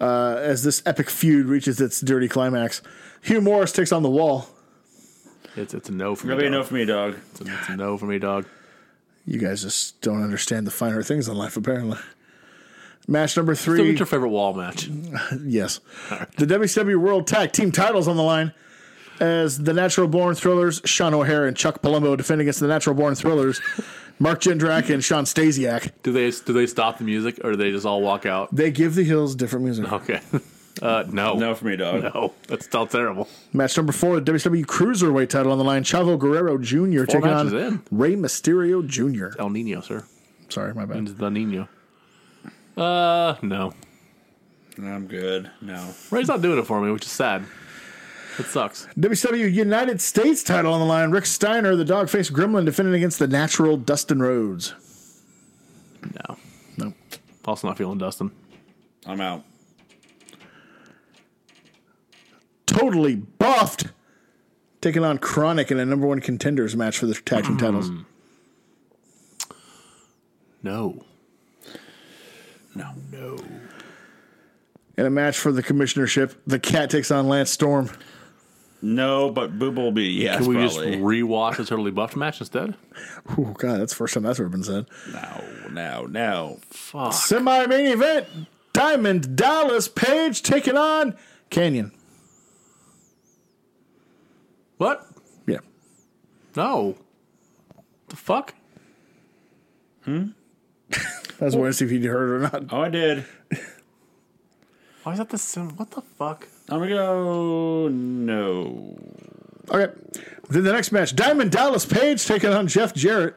Uh, as this epic feud reaches its dirty climax, Hugh Morris takes on the wall. It's, it's a no for me. That'll be dog. enough for me, dog. It's a- it's a no for (laughs) me, dog. You guys just don't understand the finer things in life, apparently. Match number So three. what's your favorite wall match? yes. The WCW World Tag Team titles on the line as the Natural Born Thrillers, Sean O'Hare and Chuck Palumbo defend against the Natural Born Thrillers, (laughs) Mark Jindrak and Sean Stasiak. Do they do they stop the music or do they just all walk out? They give the Hills different music. Okay. (laughs) Uh, no. No for me, dog. No. That's still terrible. Match number four, the WCW Cruiserweight title on the line, Chavo Guerrero Jr. taking matches on in. Rey Mysterio Jr. El Nino, sir. Sorry, my bad. It's the Nino. Uh, no. I'm good. No. Ray's not doing it for me, which is sad. It sucks. WCW United States title on the line, Rick Steiner, the dog-faced gremlin, defending against the natural Dustin Rhodes. No. No. Also not feeling Dustin. I'm out. totally buffed, taking on Chronic in a number one contenders match for the tag team titles. No. No. No. In a match for the commissionership, the Cat takes on Lance Storm. No, but Boob will be yes. Can we just probably. rewatch the Totally Buffed match instead? Oh God, that's the first time that's ever been said. no, no, no. Fuck. Semi main event: Diamond Dallas Page taking on Canyon. What? Yeah, No. The fuck? I was waiting to see if you heard it or not. Oh, I did. Why is that the sim? What the fuck? I'm gonna go no. Okay. Then the next match Diamond Dallas Page taking on Jeff Jarrett.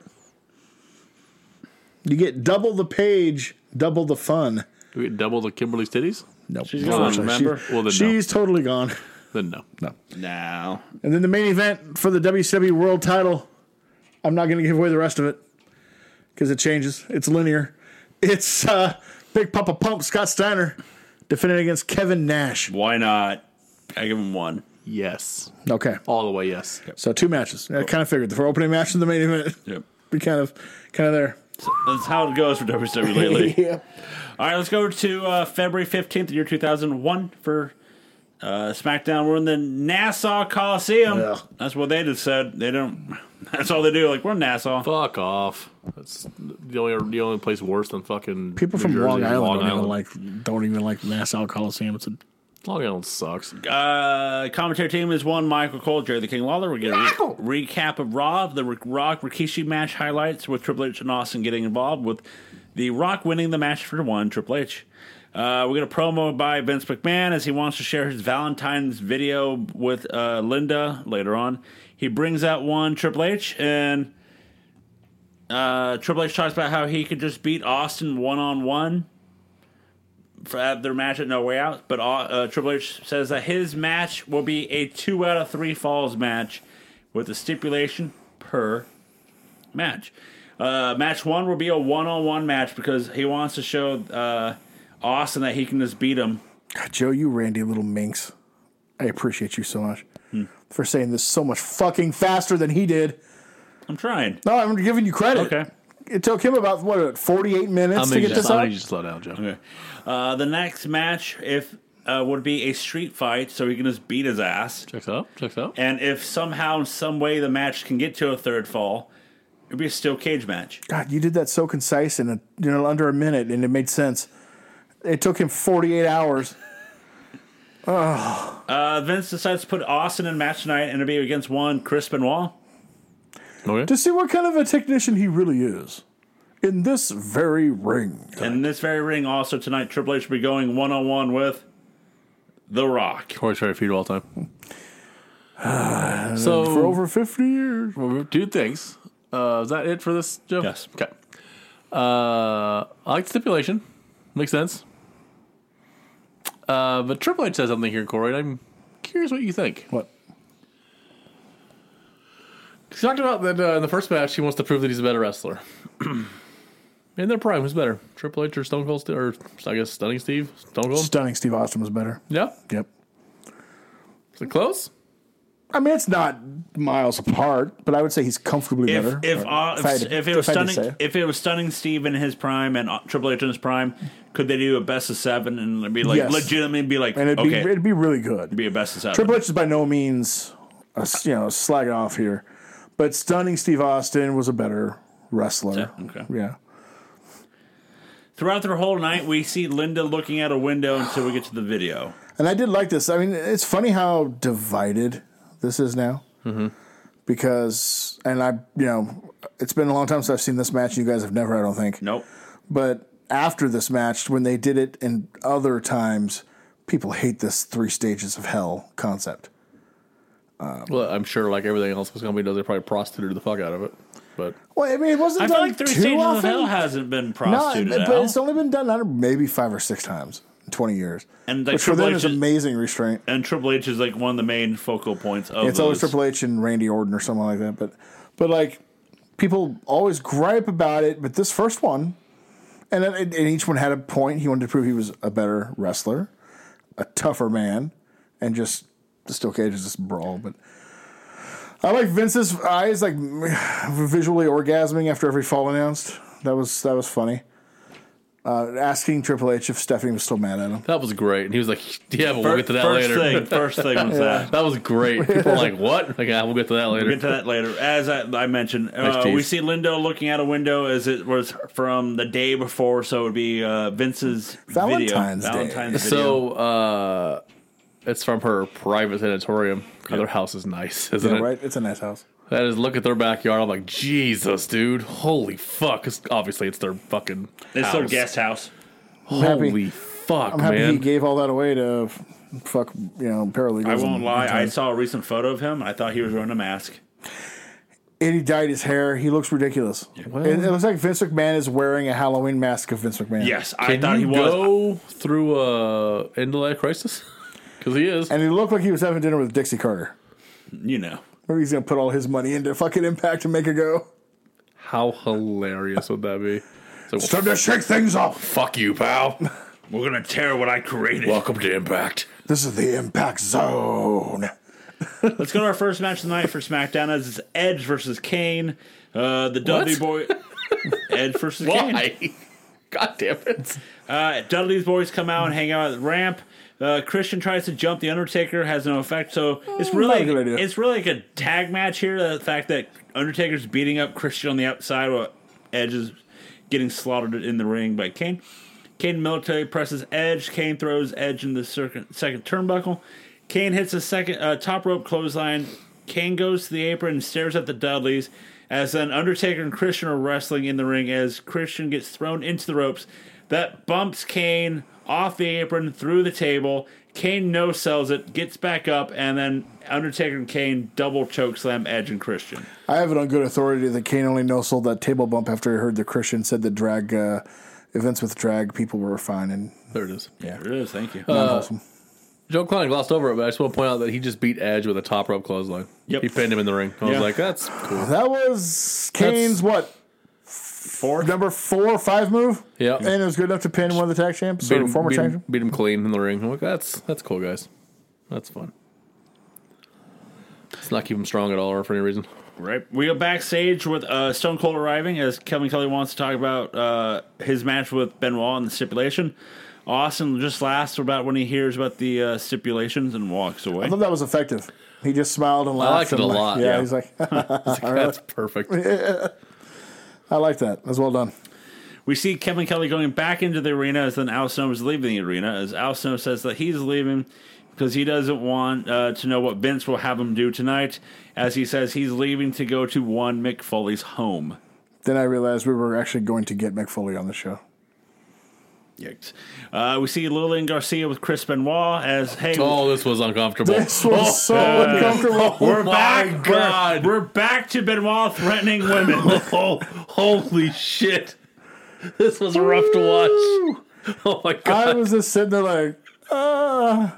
You get double the page, double the fun. Do we get double the Kimberly titties? Nope. She's gone, Unfortunately, remember? she- Well, then no. she's totally gone. Then no. No. No. And then the main event for the WCW World Title. I'm not going to give away the rest of it because it changes. It's linear. It's uh, Big Papa Pump Scott Steiner defending against Kevin Nash. Why not? I give him one. Yes. Okay, All the way yes. so two matches. I kind of figured the opening match and the main event (laughs) Yep. be kind of kind of there. That's how it goes for WWE (laughs) lately. yeah. All right, let's go to uh, February 15th, year 2001 for uh, SmackDown. We're in the Nassau Coliseum. Yeah. That's what they just said. They don't. (laughs) That's all they do. Like, we're in Nassau. Fuck off. That's the only the only place worse than fucking People New from Jersey Long is Island Long don't even Island. like don't even like Nassau Coliseum. It's a Long Island sucks. Uh, commentary team is one Michael Cole, Jerry the King Lawler. We're getting a re- recap of Raw, the Rick- Rock Rikishi match highlights with Triple H and Austin getting involved, with The Rock winning the match for one Triple H. Uh, we're going to promo by Vince McMahon as he wants to share his Valentine's video with uh, Linda later on. He brings out one Triple H and uh, Triple H talks about how he could just beat Austin one on one for at their match at No Way Out, but uh, uh, Triple H says that his match will be a two out of three falls match with a stipulation per match. Uh, match one will be a one on one match because he wants to show uh, Austin that he can just beat him. God, Joe, you randy little minx. I appreciate you so much Hmm. for saying this so much fucking faster than he did. I'm trying. No, I'm giving you credit. Okay. It took him about what 48 minutes I'm to get just, this I out. need you to slow down, Joe. Okay. Uh, the next match if uh, would be a street fight, so he can just beat his ass. Checks out. Checks out. And if somehow, in some way, the match can get to a third fall, it'd be a steel cage match. God, you did that so concise in a, you know under a minute, and it made sense. It took him 48 hours. Uh, Vince decides to put Austin in match tonight, and it'll be against one Chris Benoit. Okay. to see what kind of a technician he really is in this very ring. And in this very ring, also tonight, Triple H will be going one on one with The Rock. Corey Terry feed (sighs) all the time. so For over 50 years. two things. Uh, is that it for this, Joe? Yes. Okay. Uh, I like the stipulation. Makes sense. Uh, but Triple H says something here, Corey. and I'm curious what you think. What? He talked about that uh, in the first match. He wants to prove that he's a better wrestler. (clears throat) in their prime, who's better, Triple H or Stone Cold, Steve, or I guess Stunning Steve? Stone Cold. Stunning Steve Austin was better. yeah. Yep. Is it close? I mean, it's not miles apart, but I would say he's comfortably If better. if, Or- uh, I had if, to- if it was I had to stunning, say. if it was stunning Steve in his prime and uh, Triple H in his prime, could they do a best of seven and it'd be like Yes. legitimately be like and it'd, okay, be, it'd it'd be really good. be a best of seven. Triple H is by no means, a s you know, slagging off here, but Stunning Steve Austin was a better wrestler. Yeah, okay. Yeah. Throughout their whole night, we see Linda looking out a window until we get to the video. And I did like this. I mean, it's funny how divided this is now. Mm-hmm. Because, and I, you know, it's been a long time since I've seen this match. You guys have never, I don't think. Nope. But after this match, when they did it and other times, people hate this three stages of hell concept. Well, I'm sure, like everything else, this company does, they probably prostituted the fuck out of it. But Well, I mean, it wasn't I feel done like Three too Stages often. of Hell hasn't been No, prostituted but out. it's only been done I don't- maybe five or six times in 20 years. And, like, Which for them Triple is H is- amazing restraint. and Triple H is like one of the main focal points of it's always those. Triple H and Randy Orton or something like that. But but like people always gripe about it. But this first one, and and and each one had a point. He wanted to prove he was a better wrestler, a tougher man, and just the steel cage is just brawl. But I like Vince's eyes like (sighs) visually orgasming after every fall announced. That was that was funny. Uh, asking Triple H if Stephanie was still mad at him. that was great. And he was like, "Yeah, but we'll get to that first later." Thing, first thing was (laughs) that. That was great. People are like, "What?" Like, yeah, we'll get to that later. We'll get to that later. As I, I mentioned, uh, tease. we see Lindo looking out a window as it was from the day before, so it would be uh, Vince's Valentine's Day. video. Valentine's video. so, uh, it's from her private sanatorium. God, Their house is nice, isn't Yeah, it? right? It's a nice house. That is. Look at their backyard. I'm like, Jesus, dude. Holy fuck! It's, obviously, it's their fucking. it's house. their guest house. Holy Happy. Fuck, I'm happy he man. gave all that away to f- fuck, you know, paralegals. I won't Mm-hmm. and- lie. I saw a recent photo of him. I thought he was wearing a mask. And he dyed his hair. He looks ridiculous. it, it looks like Vince McMahon is wearing a Halloween mask of Vince McMahon. Yes, I Can thought he you was. go through a end of life crisis? (laughs) Because he is. And he looked like he was having dinner with Dixie Carter. You know, Maybe he's going to put all his money into fucking Impact and make it go. How hilarious would that be? So, Time to shake things up. fuck (laughs) you, pal. we're gonna tear what I created. Welcome to Impact. This is the Impact Zone. Let's go to our first match tonight for SmackDown. As it's Edge versus Kane. Uh, the Dudley (laughs) boy. Edge versus Kane. Why? (laughs) God damn it. Uh, Dudley's boys come out and hang out at the ramp. Uh, Christian tries to jump the Undertaker, has no effect. So it's really Mm, not a good idea. it's really like a tag match here. The fact that Undertaker's beating up Christian on the outside while Edge is getting slaughtered in the ring by Kane. Kane military presses Edge. Kane throws Edge in the second, second turnbuckle. Kane hits a second uh, top rope clothesline. Kane goes to the apron and stares at the Dudleys as then Undertaker and Christian are wrestling in the ring as Christian gets thrown into the ropes. That bumps Kane off the apron through the table. Kane no sells it, gets back up, and then Undertaker and Kane double choke slam Edge and Christian. I have it on good authority that Kane only no sold that table bump after he heard the Christian said that drag uh, events with drag people were fine and There it is. There it is. Thank you. awesome. Joe Klein glossed over it, but I just want to point out that he just beat Edge with a top rope clothesline. Yep. He pinned him in the ring. I was Yeah. like, that's cool. That was Kane's what Four. number four or five move. Yeah. and it was good enough to pin one of the tag champs Beat or him, former beat, tag him, champ. beat him clean in the ring. I'm like, that's that's cool, guys. That's fun. Let's not keep him strong at all or for any reason. Right. We go backstage with uh, Stone Cold arriving as Kevin Kelly wants to talk about uh, his match with Benoit and the stipulation. Austin just laughs about when he hears about the uh, stipulations and walks I away. thought that was effective. He just smiled and laughed. liked it and a like- lot, Yeah, yeah. he's like, (laughs) Uh, That's perfect. I like that. That's well done. We see Kevin Kelly going back into the arena as then Al Snow is leaving the arena as Al Snow says that he's leaving because he doesn't want uh, to know what Vince will have him do tonight as he says he's leaving to go to one Mick Foley's home. Then I realized we were actually going to get Mick Foley on the show. Yikes. Uh, we see Lillian Garcia with Chris Benoit as, hey, Oh, this was uncomfortable. (laughs) This was so (laughs) uncomfortable. We're my back. We're- God. We're, back to Benoit threatening (laughs) women. oh, holy shit. This was rough to watch. Oh my god. I was just sitting there like, uh.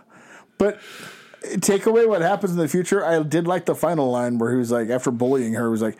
But take away what happens in the future. I did like the final line where he was like, after bullying her, he was like,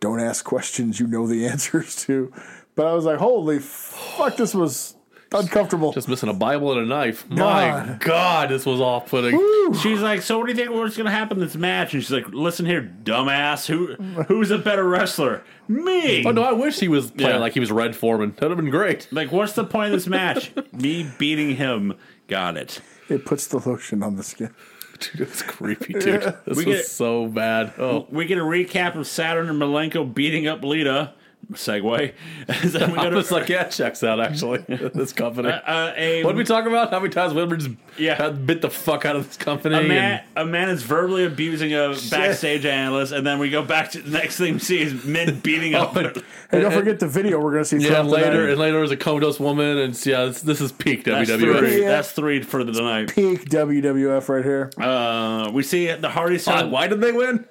don't ask questions you know the (laughs) answers to. But I was like, holy fuck, this was uncomfortable. Just missing a Bible and a knife. My God. god, this was off putting. she's like, "So what do you think was going to happen in this match?" And she's like, "Listen here, dumbass. Who who's a better wrestler? Me. Oh no, I wish he was playing Yeah. like he was Red Foreman. That would have been great. Like, what's the point of this match? (laughs) Me beating him. Got it. it puts the lotion on the skin. (laughs) Dude, it was creepy, dude. This We was get- so bad. Oh, We get a recap of Saturn and Malenko beating up Lita. Segue. (laughs) then we I go was to like, yeah, checks (laughs) out actually. (laughs) this company. uh, a, what did we talk about? How many times Wilbur just Yeah. had- bit the fuck out of this company? a man, (laughs) a and- man is verbally abusing a backstage analyst, and then we go back to the next thing we see is men beating (laughs) (laughs) up. and- Hey, don't forget the video we're going to see. yeah, throughout the later night. and later is a comatose woman, and it's- yeah, this, this is peak E. That's WWE. three. Yeah. That's three for the night. Peak WWF right here. Uh, we see the Hardys. God, Telling, why did they win?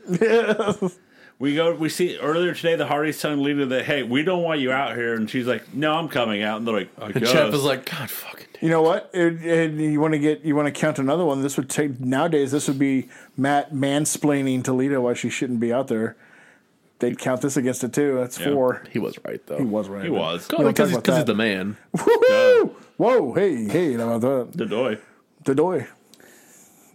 we go. We see earlier today the Hardys telling Lita that hey, we don't want you out here, and she's like, no, I'm coming out. And they're like, I And guess. Jeff is like, God fucking. damn. You know what? It, it- you want to get you want to count another one. This would take nowadays. This would be Matt mansplaining to Lita why she shouldn't be out there. They'd count this against it too. That's four. He was right though. He was right. he was Go on, don't talk because he's, about 'cause he's that. the man. Woo-hoo! Whoa! Hey! Hey! how About that. the doy. The doy.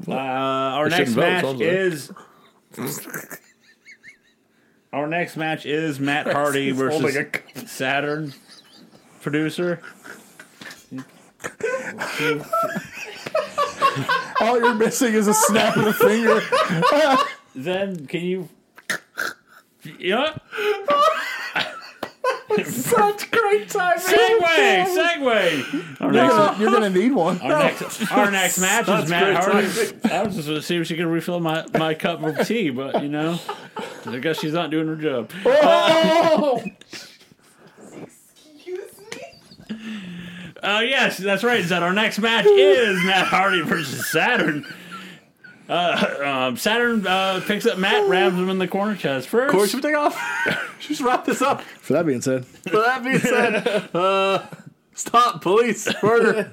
Uh, our They next shouldn't vote, match sounds like. is. Our next match is (laughs) Matt Hardy He's holding versus a Saturn producer. All you're missing is a snap of the finger. Then can you? You know what? (laughs) Such great timing. (laughs) Segway, segway. Our You're next, gonna, you're gonna need one. our next, our (laughs) next match is (laughs) Matt Hardy. (laughs) I was just gonna see if she could refill my, my cup of tea, but you know, I guess she's not doing her job. Uh, Oh! Excuse me? Oh yes, that's right. Zed. Our next match is Matt Hardy versus Saturn. Uh, um, Saturn uh, picks up Matt, rams him in the corner chest first. Corey, should we take off? (laughs) should we just wrap this up? For that being said, With that being said, uh, stop, police, murder.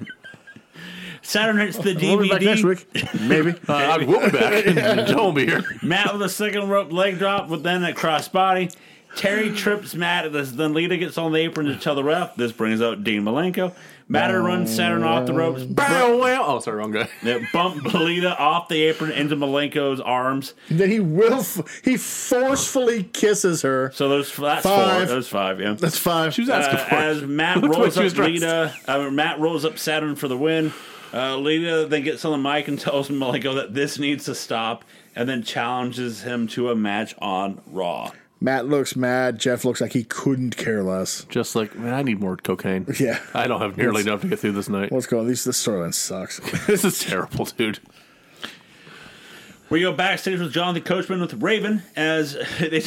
Saturn hits the we'll be back (laughs) next DVD. week. Maybe. Uh, I will be back. (laughs) Don't be here. Matt with a second rope leg drop, but then a crossbody. (gasps) Terry trips Matt. This, then Lita gets on the apron to tell the ref. This brings out Dean Malenko. Matter runs Saturn off the ropes. Bow, wow. Oh, sorry, wrong guy. That bumped Lita off the apron into Malenko's arms. then he will. He forcefully kisses her. So those that's four. Five. Those five. Yeah. That's five. She was asking Uh, for it. as Matt (laughs) That's what rolls she was up dressed. Lita, uh, Matt rolls up Saturn for the win. Uh, Lita then gets on the mic and (laughs) tells Malenko that this needs to stop, and then challenges him to a match on Raw. Matt looks mad. Jeff looks like he couldn't care less. Just like, man, I need more cocaine. Yeah. I don't have nearly enough to get through this night. What's going on? These, this storyline sucks. (laughs) This is terrible, dude. We go backstage with Jonathan Coachman with Raven as (laughs) they.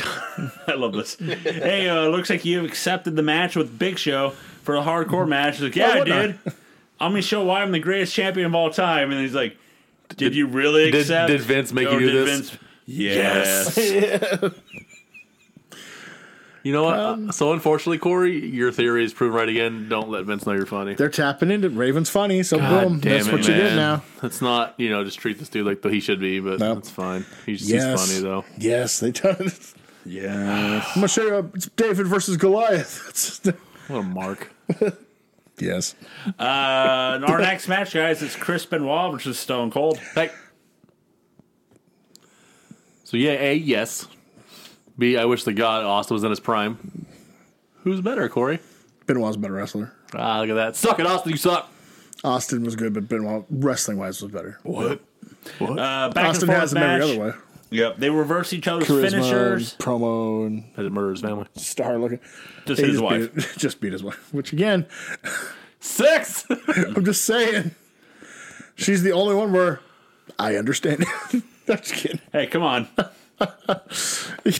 I love this. hey, uh, looks like you've accepted the match with Big Show for a hardcore match. He's like, yeah, Why I wouldn't I?" did. I'm gonna show why I'm the greatest champion of all time. And he's like, Did, you really did- accept? did Vince make you Or do did this? yes. You know what? Uh, so unfortunately, Corey, your theory is proven right again. Don't let Vince know you're funny. They're tapping into Raven's funny, so God boom. damn That's it, what you did man. now. That's not, you know, just treat this dude like he should be, but No. that's fine. He's, he's Yes. funny, though. Yes, they (laughs) done it. (sighs) yes. I'm gonna show you uh, it's David versus Goliath. (laughs) What a mark. yes. Uh, and our next match, guys, is Chris Benoit versus Stone Cold. Hey. So yeah, A, yes. B, I wish the god Austin was in his prime. Who's better, Corey? Benoit's a better wrestler. Ah, look at that. Suck it, Austin, you suck. Austin was good, but Benoit wrestling wise was better. What? What? Uh, back Austin and forth has him match. every other way. Yep, they reverse each other's Charisma, finishers. and promo, and Had to murder his family. star looking. Just He his just wife. Beat, (laughs) just beat his wife. Which again, Six! (laughs) I'm just saying, she's the only one where I understand. (laughs) I'm just kidding. Hey, come (laughs) on.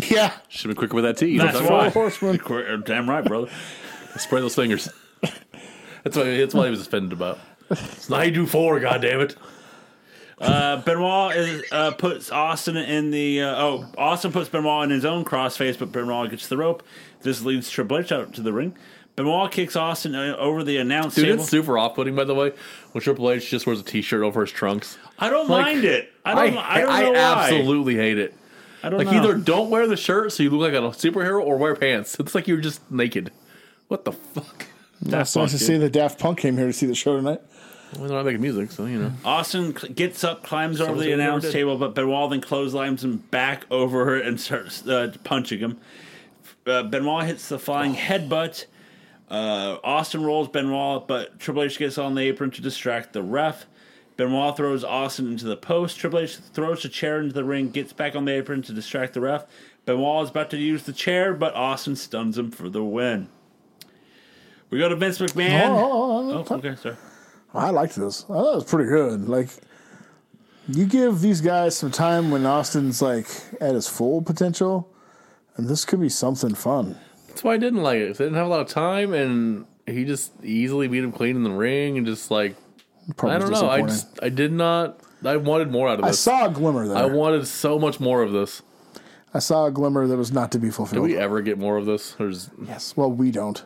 Yeah, Should have been quicker with that T. That's Don't- why. (laughs) horseman. Qu- Damn right, brother. Spread those fingers. That's why that's what he was offended about. It's 94, goddammit. Uh, Benoit is, uh, puts Austin in the. Uh, oh, Austin puts Benoit in his own crossface, but Benoit gets the rope. This leads Triple H out to the ring. Benoit kicks Austin uh, over the announce Dude, table. it's super off putting, by the way, when Triple H just wears a t shirt over his trunks. I don't like, mind it. I don't. I, don't know why. absolutely hate it. I don't Like, know. either don't wear the shirt so you look like a superhero or wear pants. It's like you're just naked. What the fuck? That's So I to see that Daft Punk came here to see the show tonight. Well, they're not making music, so you know. Austin cl- gets up, climbs over Someone's the gonna do announce it. table, but Benoit then clotheslines him back over her and starts uh, punching him. Uh, Benoit hits the flying headbutt. Uh, Austin rolls Benoit, but Triple H gets on the apron to distract the ref. Benoit throws Austin into the post. Triple H throws a chair into the ring, gets back on the apron to distract the ref. Benoit is about to use the chair, but Austin stuns him for the win. We go to Vince McMahon. Oh, oh okay, sorry. I liked this. I thought it was pretty good. Like, you give these guys some time when Austin's like at his full potential, and this could be something fun. That's why I didn't like it. They didn't have a lot of time, and he just easily beat him clean in the ring, and just like Probably I don't was know. I disappointing. just I did not. I wanted more out of I this. saw a glimmer there. I I wanted so much more of this. saw a glimmer that was not to be Do fulfilled. we ever get more of this? Or is yes. Well, we don't.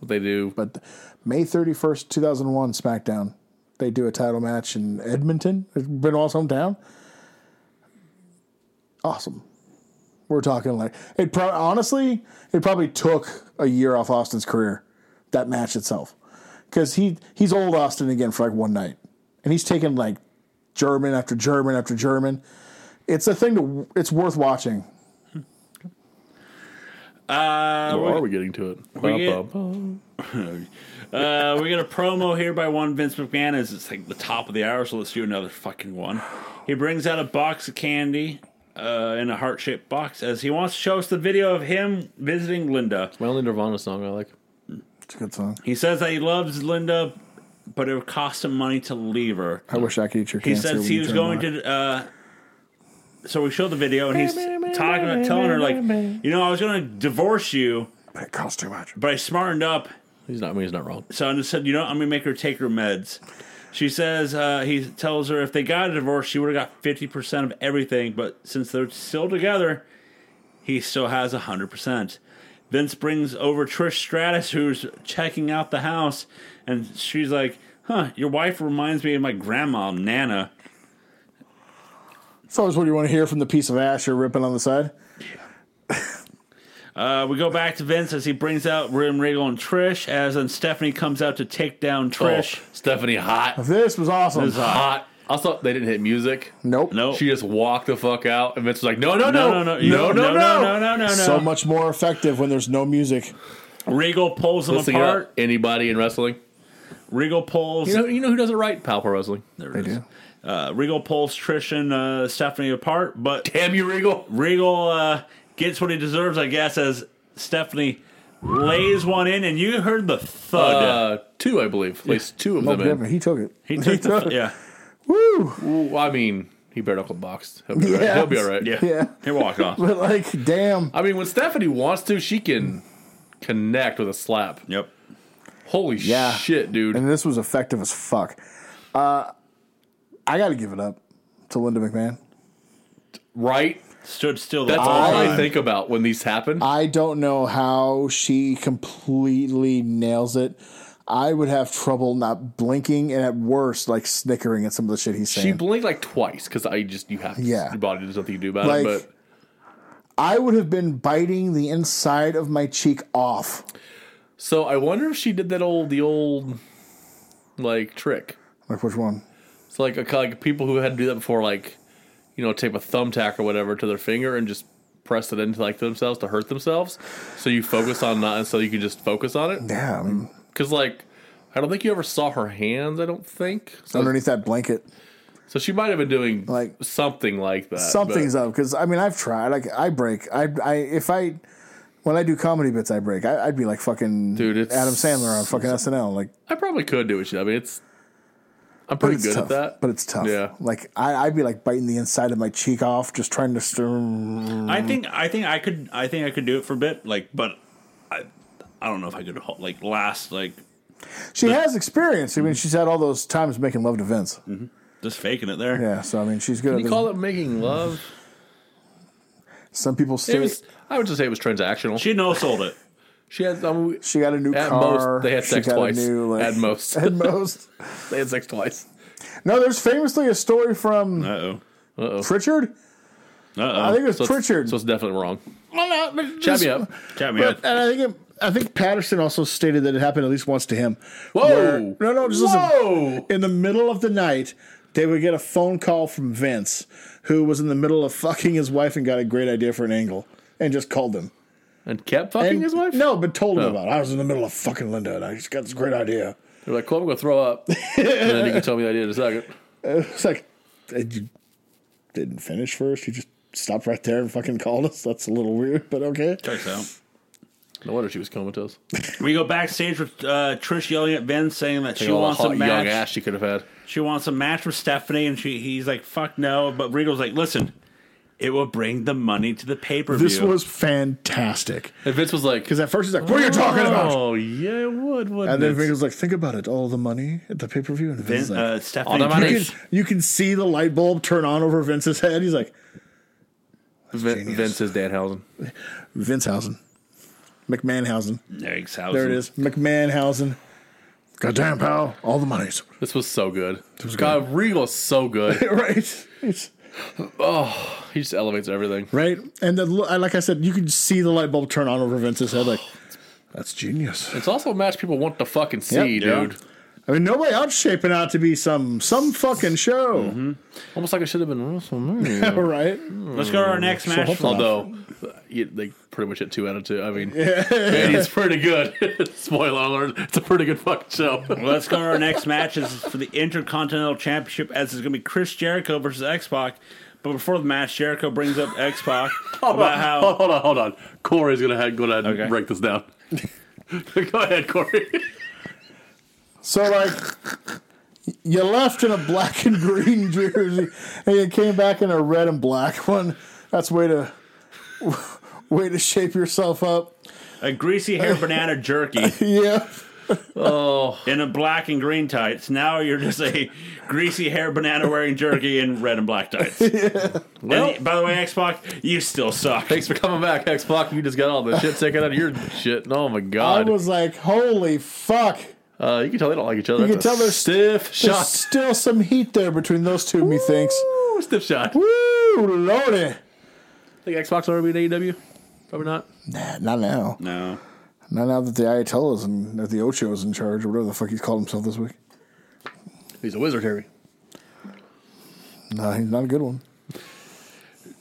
what they do? Uh, But May thirty first, two thousand one, SmackDown. They do a title match in Edmonton, Benoit's hometown. Awesome. We're talking like it. Pro- honestly, it probably took a year off Austin's career. That match itself, because he he's old Austin again for like one night, and he's taken like German after German after German. It's a thing to. It's worth watching. Uh, Or are we getting to it? Bum, get- bum, bum. Uh, we got a promo here by one Vince McMahon as it's like the top of the hour, so let's do another fucking one. He brings out a box of candy uh, in a heart shaped box as he wants to show us the video of him visiting Linda. My only Nirvana song I like. It's a good song. He says that he loves Linda, but it would cost him money to leave her. I wish I could eat your. He says he was going to. Uh, so we show the video and he's talking about telling her like, you know, I was going to divorce you, It costs too much. but I smartened up He's not. I mean, he's not wrong. So I just said, you know, what? I'm gonna make her take her meds. She says uh, he tells her if they got a divorce, she would have got fifty percent of everything, but since they're still together, he still has hundred percent. Vince brings over Trish Stratus, who's checking out the house, and she's like, "Huh, your wife reminds me of my grandma Nana." It's always what you want to hear from the piece of ash you're ripping on the side. Uh, we go back to Vince as he brings out Rim Regal and Trish, as then Stephanie comes out to take down Trish. Oh, Stephanie hot, This was awesome. This is hot. hot. Also, they didn't hit music. nope. No, She just walked the fuck out, and Vince was like, "No, no, no, no, no, no, no, no, no, no, no, no. So much more effective when there's no music. Regal pulls them Listen, you know, apart. anybody in wrestling? Regal pulls. You know, you know who does it right? Pal Pro Wrestling. There it is. Uh, Regal pulls Trish and uh, Stephanie apart, but Damn you, Regal. Regal uh, gets what he deserves, I guess, as Stephanie lays one in, and you heard the thud. Uh, two, I believe. At least two of Oh, them. in. damn it, he took it. (laughs) he took the th- yeah, Woo! Well, I mean, he bare knuckle boxed. He'll be, all right. Yeah. He'll be all right. (laughs) yeah, Yeah. He walked off. But like, damn. I mean, when Stephanie wants to, she can connect with a slap. yep. Holy Yeah. shit, dude. And this was effective as fuck. Uh, I got to give it up to Linda McMahon. right? Stood still. The That's whole all I time. think about when these happen. I don't know how she completely nails it. I would have trouble not blinking and at worst, like snickering at some of the shit he's she saying. blinked like twice because I just, you have to, Yeah. your body does nothing you do about Like- it. But I would have been biting the inside of my cheek off. so I wonder if she did that old, the old like trick. Like, which one? It's like, a, like people who had to do that before, like, you know, tape a thumbtack or whatever to their finger and just press it into like themselves to hurt themselves. So you focus on not, so you can just focus on it. Yeah, I mean, Because, like, I don't think you ever saw her hands, I don't think. So, underneath that blanket. so she might have been doing Like- something like that. something's but up because I mean I've tried. Like I break. I I if I when I do comedy bits I break. I, I'd be like fucking Dude, it's- Adam Sandler on fucking SNL. Like I probably could do it. I mean, it's. I'm but pretty it's good tough. at that. But it's tough. Yeah. Like I I'd be like biting the inside of my cheek off just trying to stir. I think I think I could I think I could do it for a bit, like, but I I don't know if I could hold- like last like She has experience. I Mm. mean she's had all those times making love to Vince. just faking it there. Yeah. So I mean she's good. at you this. call it making love? Some people It say was, I would just say it was transactional. She, She no sold it. had. um, I mean, she got a new at car. most, they had she sex got a twice. new, like- at (laughs) most, At most. they had sex twice. No, there's famously a story from Uh oh. Pritchard. I Uh think it was So it's, Pritchard. so it's definitely wrong. Well, no, but Chat just- me up. oh. Chat me But, up. uh, and I think it, I think Patterson also stated that it happened at least once to him. Whoa. no, no, just listen. Whoa. In the middle of the night, they would get a phone call from Vince, who was in the middle of fucking his wife and got a great idea for an angle, and just called him. And kept fucking And- his wife. Oh. No, but told him about. it. I was in the middle of fucking Linda, and I just got this great idea. they're like, "Cool, I'm gonna throw up." and then you can tell me the idea in a second. It's like uh, you didn't finish first. You just stopped right there and fucking called us. That's a little weird, but okay. Checks out. No wonder she was comatose. We go backstage with uh, Trish yelling at Vince, saying that she All the wants a hot young match. ass she could have had. She wants a match with Stephanie, and she he's like, "Fuck no!" But Regal's like, "Listen, it will bring the money to the pay per view." This was fantastic And Vince was like, because at first he's like, "What are you talking about?" Oh yeah, it would would. And then Vince like, think about it, all the money at the pay per view, and Vince Vince, is like, uh, Stephanie. the money. you, can, you can see the light bulb turn on over Vince's head. He's like, Vin- genius. Vince is Danhausen. Vincehausen, McMahonhausen. There There it is, McMahonhausen. Goddamn, pal, all the monies, This was so good. God, Regal's so good. (laughs) right? It's- he just elevates everything. right, and then lo- I- like I said, you can see the light bulb turn on over Vince's head. Like, (gasps) that's genius. It's also a match people want to fucking see, Yep. dude. I mean, nobody else shaping out to be some some fucking show, Almost like it should have been (laughs) (laughs) WrestleMania. right? Let's go to Hmm. our next match. hopefully- Although you- they pretty much hit two out of two. I mean, man, it's pretty good. (laughs) Spoiler alert! It's a pretty good fucking show. Let's go to our next match. This is for the Intercontinental Championship, as it's going to be Chris Jericho versus X Pac. But before the match, Jericho brings up X (laughs) Pac about how hold on, hold on. Corey's gonna have, go ahead and Okay. break this down. (laughs) go ahead, Corey. So like, you left in a black and green (laughs) jersey, and you came back in a red and black one. That's way to way to shape yourself up. a greasy hair banana jerky. Yeah, in a black and green tights. Now you're just a greasy hair banana wearing jerky in red and black tights. And by the way, Xbox, you still suck. Thanks for coming back, X Pac. You just got all the shit taken out of your shit. Oh my I god. was like, holy fuck. uh, you can tell they don't like each other. You can That's a tell they're stiff There's shot. still some heat there between those two, methinks. Ooh, stiff shot. Woo, lordy. Think Xbox already beat AEW? E Probably not. Nah, not now. No. Not now that the Ayatollah's and or the Ocho's in charge, or whatever the fuck he's called himself this week. He's a wizard, Harry. No, he's not a good one.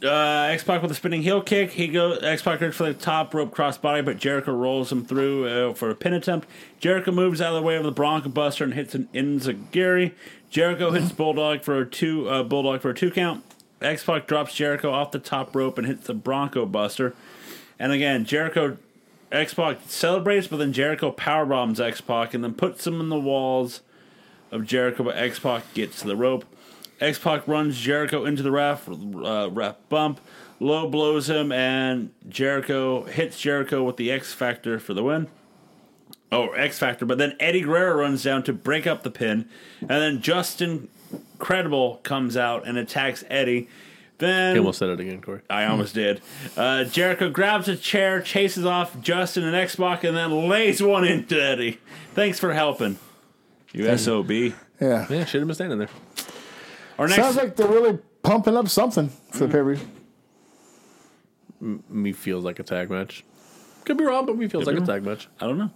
Uh, X Pac with a spinning heel kick. He goes X Pac hits for the top rope crossbody, but Jericho rolls him through uh, for a pin attempt. Jericho moves out of the way of the Bronco Buster and hits an Inzagiri. Jericho hits Bulldog for a two uh, Bulldog for a two count. X Pac drops Jericho off the top rope and hits the Bronco Buster. And again, Jericho X Pac celebrates, but then Jericho power bombs X Pac and then puts him in the walls of Jericho, but X Pac gets to the rope. X Pac runs Jericho into the ref, uh, ref bump. Low blows him, and Jericho hits Jericho with the X Factor for the win. Oh, X Factor. But then Eddie Guerrero runs down to break up the pin, and then Justin Credible comes out and attacks Eddie. Then He almost said it again, Corey. I almost did. Uh, Jericho grabs a chair, chases off Justin and Xbox, and then lays one into Eddie. Thanks for helping. You SOB. Yeah. Yeah, should have been standing there. Our next, Sounds like they're really pumping up something for the pay per view. Me feels like a tag match. Could be wrong, but me feels like a tag match. I don't know.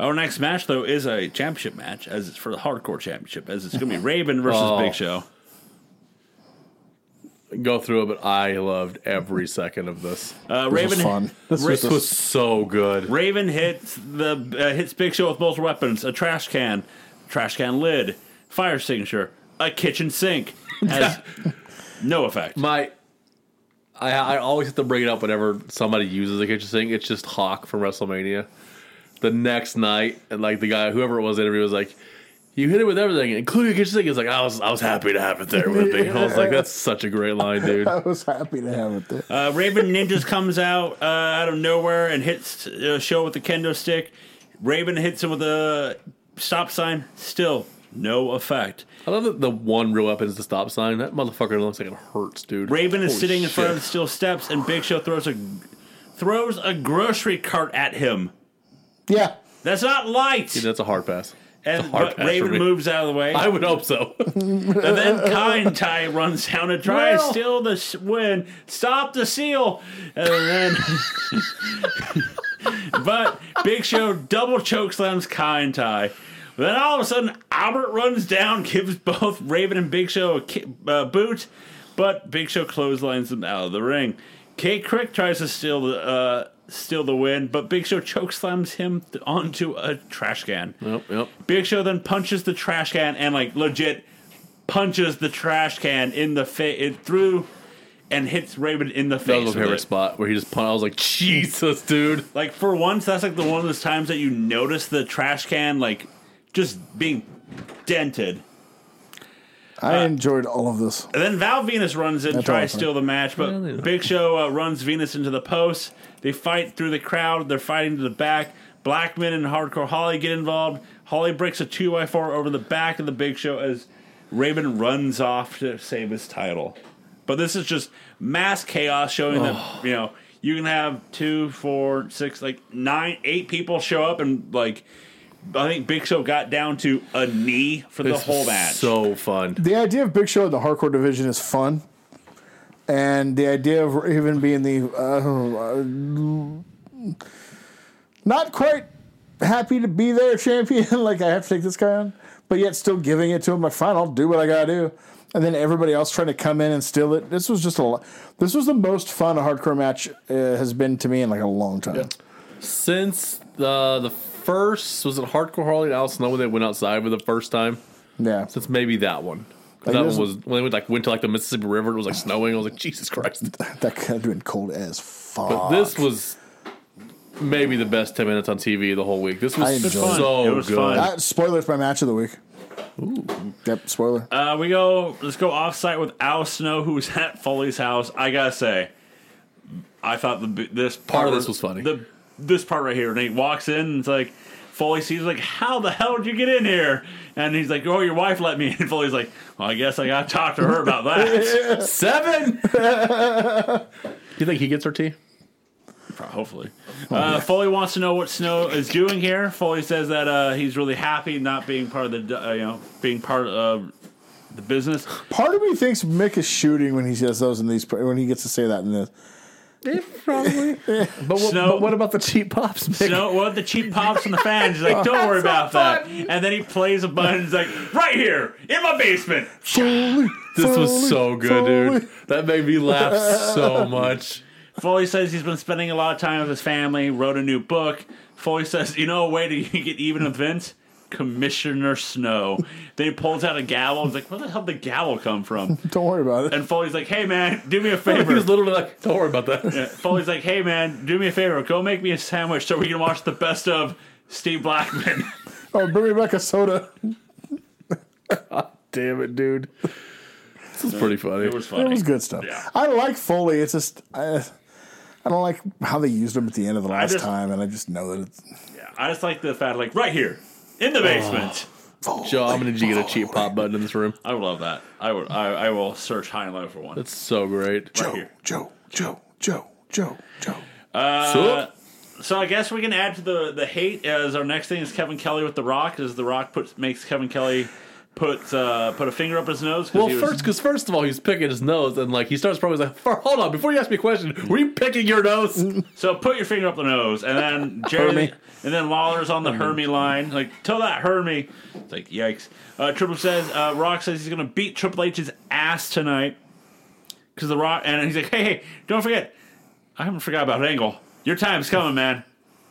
Our next match though is a championship match, as it's for the hardcore championship, as it's going to be Raven versus Oh. Big Show. Go through it, but I loved every second of this. Uh, This Raven was fun. This Ra- was This was so good. Raven hits the uh, hits Big Show with multiple weapons: a trash can, trash can lid, fire extinguisher, a kitchen sink. Has no effect. My, I, I always have to bring it up whenever somebody uses a kitchen sink. It's just Hawk from WrestleMania. The next night, and like the guy, whoever it was, interview was like, "You hit it with everything, including a kitchen sink." It's like I was, I was happy to have it there with me. I was like, "That's such a great line, dude." I was happy to have it there. Uh, Raven Ninjas comes out uh, out of nowhere and hits uh, Show with the kendo stick. Raven hits him with a stop sign. Still no effect. I love that the one real weapon is the stop sign. That motherfucker looks like it hurts, dude. Raven is Holy sitting in front shit. of the steel steps, and Big Show throws a throws a grocery cart at him. Yeah. That's not light. That's a hard pass. and hard but pass for Raven me. moves out of the way, (laughs) I would (laughs) hope so. and then Kind Tai runs down to try to Well- steal the s- win, stop the seal, and then. (laughs) but Big Show double chokeslams Kind Tai. Then all of a sudden, Albert runs down, (laughs) gives both Raven and Big Show a ki- uh, boot, but Big Show clotheslines them out of the ring. Kate Crick tries to steal the uh, steal the win, but Big Show chokeslams him th- onto a trash can. yep, yep. Big Show then punches the trash can and like legit punches the trash can in the face it through and hits Raven in the That face. was my with favorite it. spot where he just punched. I was like, Jesus, dude. Like for once, that's like the one of those times that you notice the trash can like just being dented. I uh, enjoyed all of this. And then Val Venus runs in, That's tries to awesome. steal the match, but Really? Big Show uh, runs Venus into the post. They fight through the crowd. They're fighting to the back. Blackman and Hardcore Holly get involved. Holly breaks a 2x4 over the back of the Big Show as Raven runs off to save his title. But this is just mass chaos showing Oh. that, you know, you can have two, four, six, like nine, eight people show up and, like, I think Big Show got down to a knee for the This whole was match. So fun. The idea of Big Show in the hardcore division is fun. And the idea of even being the uh, uh, not quite happy to be there champion, (laughs) like I have to take this guy on, but yet still giving it to him. Like, fine, I'll do what I gotta do. And then everybody else trying to come in and steal it. This was just a. lo- This was the most fun a hardcore match uh, has been to me in like a long time. Since the the first was it Hardcore Harley and Alice Snow when they went outside for the first time. Yeah. (laughs) Since maybe that one. Like 'Cause that this- one was when they went like went to like the Mississippi River. It was like snowing. I was like, Jesus Christ. That could have been cold as fuck. But this was maybe the best ten minutes on TV the whole week. This I was enjoyed it. so It was good. fun. Uh, spoiler's my match of the week. Yep, spoiler. Uh, we go. Let's go offsite with Al Snow, who's at Foley's house. I gotta say, I thought the b- this part, of this was funny. The this part right here. And he walks in and it's like, Foley sees like, how the hell did you get in here? And he's like, oh, your wife let me in. (laughs) And Foley's like, well, I guess I got to talk to her about that. (laughs) Seven. you think he gets her tea? Hopefully. Oh, Uh, Foley wants to know what Snow is doing here. Foley says that uh, he's really happy not being part of the, uh, you know, being part of the business. Part of me thinks Mick is shooting when he says those in these when he gets to say that in this. probably. but, what, Snow- but what about the cheap pops? Mick? Snow, well, the cheap pops and the fans. He's like, don't worry about that. And then he plays a button. He's like, right here in my basement. This was so good, dude. That made me laugh so much. Foley says he's been spending a lot of time with his family. Wrote a new book. Foley says, you know, a way to (laughs) get even with Vince. Commissioner Snow. then he pulls out a gavel. He's like, where the hell did the gavel come from? Don't worry about it. And Foley's like, hey, man, do me a He favor. was literally like, "Don't worry about that." Yeah, Foley's like, hey, man, do me a favor. Go make me a sandwich so we can watch the best of Steve Blackman. (laughs) Oh, bring me back a soda. Damn it, dude. (laughs) This is pretty funny. it was funny. It was good stuff. Yeah. I like Foley. It's just I, I don't like how they used him at the end of the last just- time, and I just know that it's I just like the fact, like, right here in the basement. Joe, I'm gonna need you to get a cheap pop button in this room. I would love that. I would. I, I will search high and low for one. That's so great. Right here. Joe, Joe, Joe, Joe, Joe. so, Uh, So I guess we can add to the the hate as our next thing is Kevin Kelly with The Rock, as The Rock puts makes Kevin Kelly put uh, put a finger up his nose. 'cause well, he was- first, because first of all, he's picking his nose, and like he starts probably like, "For- "Hold on, before you ask me a question, were you picking your nose?" so put your finger up the nose, and then Jerry, Hermy. and then Lawler's on the Hermy line, like tell that Hermy. It's like yikes. Uh, Triple says uh, Rock says he's gonna beat Triple H's ass tonight because The Rock, and he's like, hey, hey, don't forget, I haven't forgot about Angle. Your time's coming, man.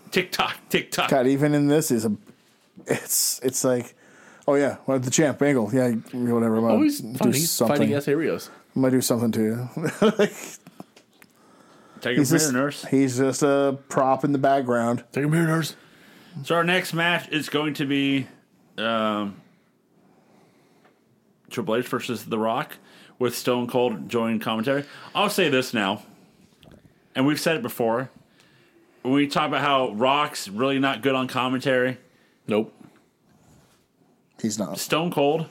Tick tock, tick tock. God, even in this is a, it's it's like, oh yeah, well, the champ angle, yeah, whatever. I'm gonna Always do fun. He's something. fighting S. Rios. I'm gonna do something (laughs) to you. Take he's a just mirror, nurse. he's just a prop in the background. Take a mirror, nurse. So our next match is going to be um, Triple H versus The Rock with Stone Cold joining commentary. I'll say this now, and we've said it before. When we talk about how Rock's really not good on commentary, Nope. He's not. Stone Cold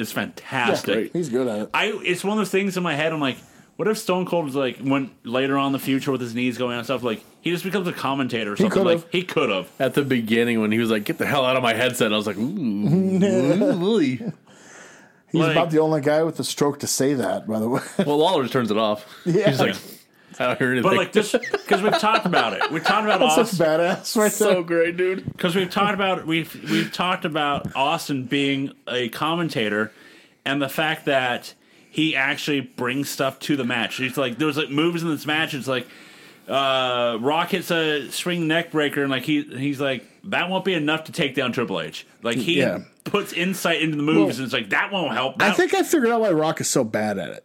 is fantastic. He's good at it. I it's one of those things in my head. I'm like, what if Stone Cold was like when later on in the future with his knees going and stuff? Like he just becomes a commentator or something. could've. like he could have. At the beginning, when he was like, "Get the hell out of my headset," I was like, (laughs) "Ooh, really?" He's Like- about the only guy with the stroke to say that. By (laughs) the way, Well, Lawler just turns it off. Yeah. He's like, (laughs) "I don't hear anything." But like this, because we've talked about it. We've talked about that's Austin. such badass right (laughs) so there. great, dude. because we've talked about we've we've talked about Austin being a commentator, and the fact that he actually brings stuff to the match. He's like there's like moves in this match. It's like uh, Rock hits a swing neck breaker, and like he he's like that won't be enough to take down Triple H. Like he Yeah. puts insight into the moves, and it's like that won't help. I That- think I figured out why Rock is so bad at it.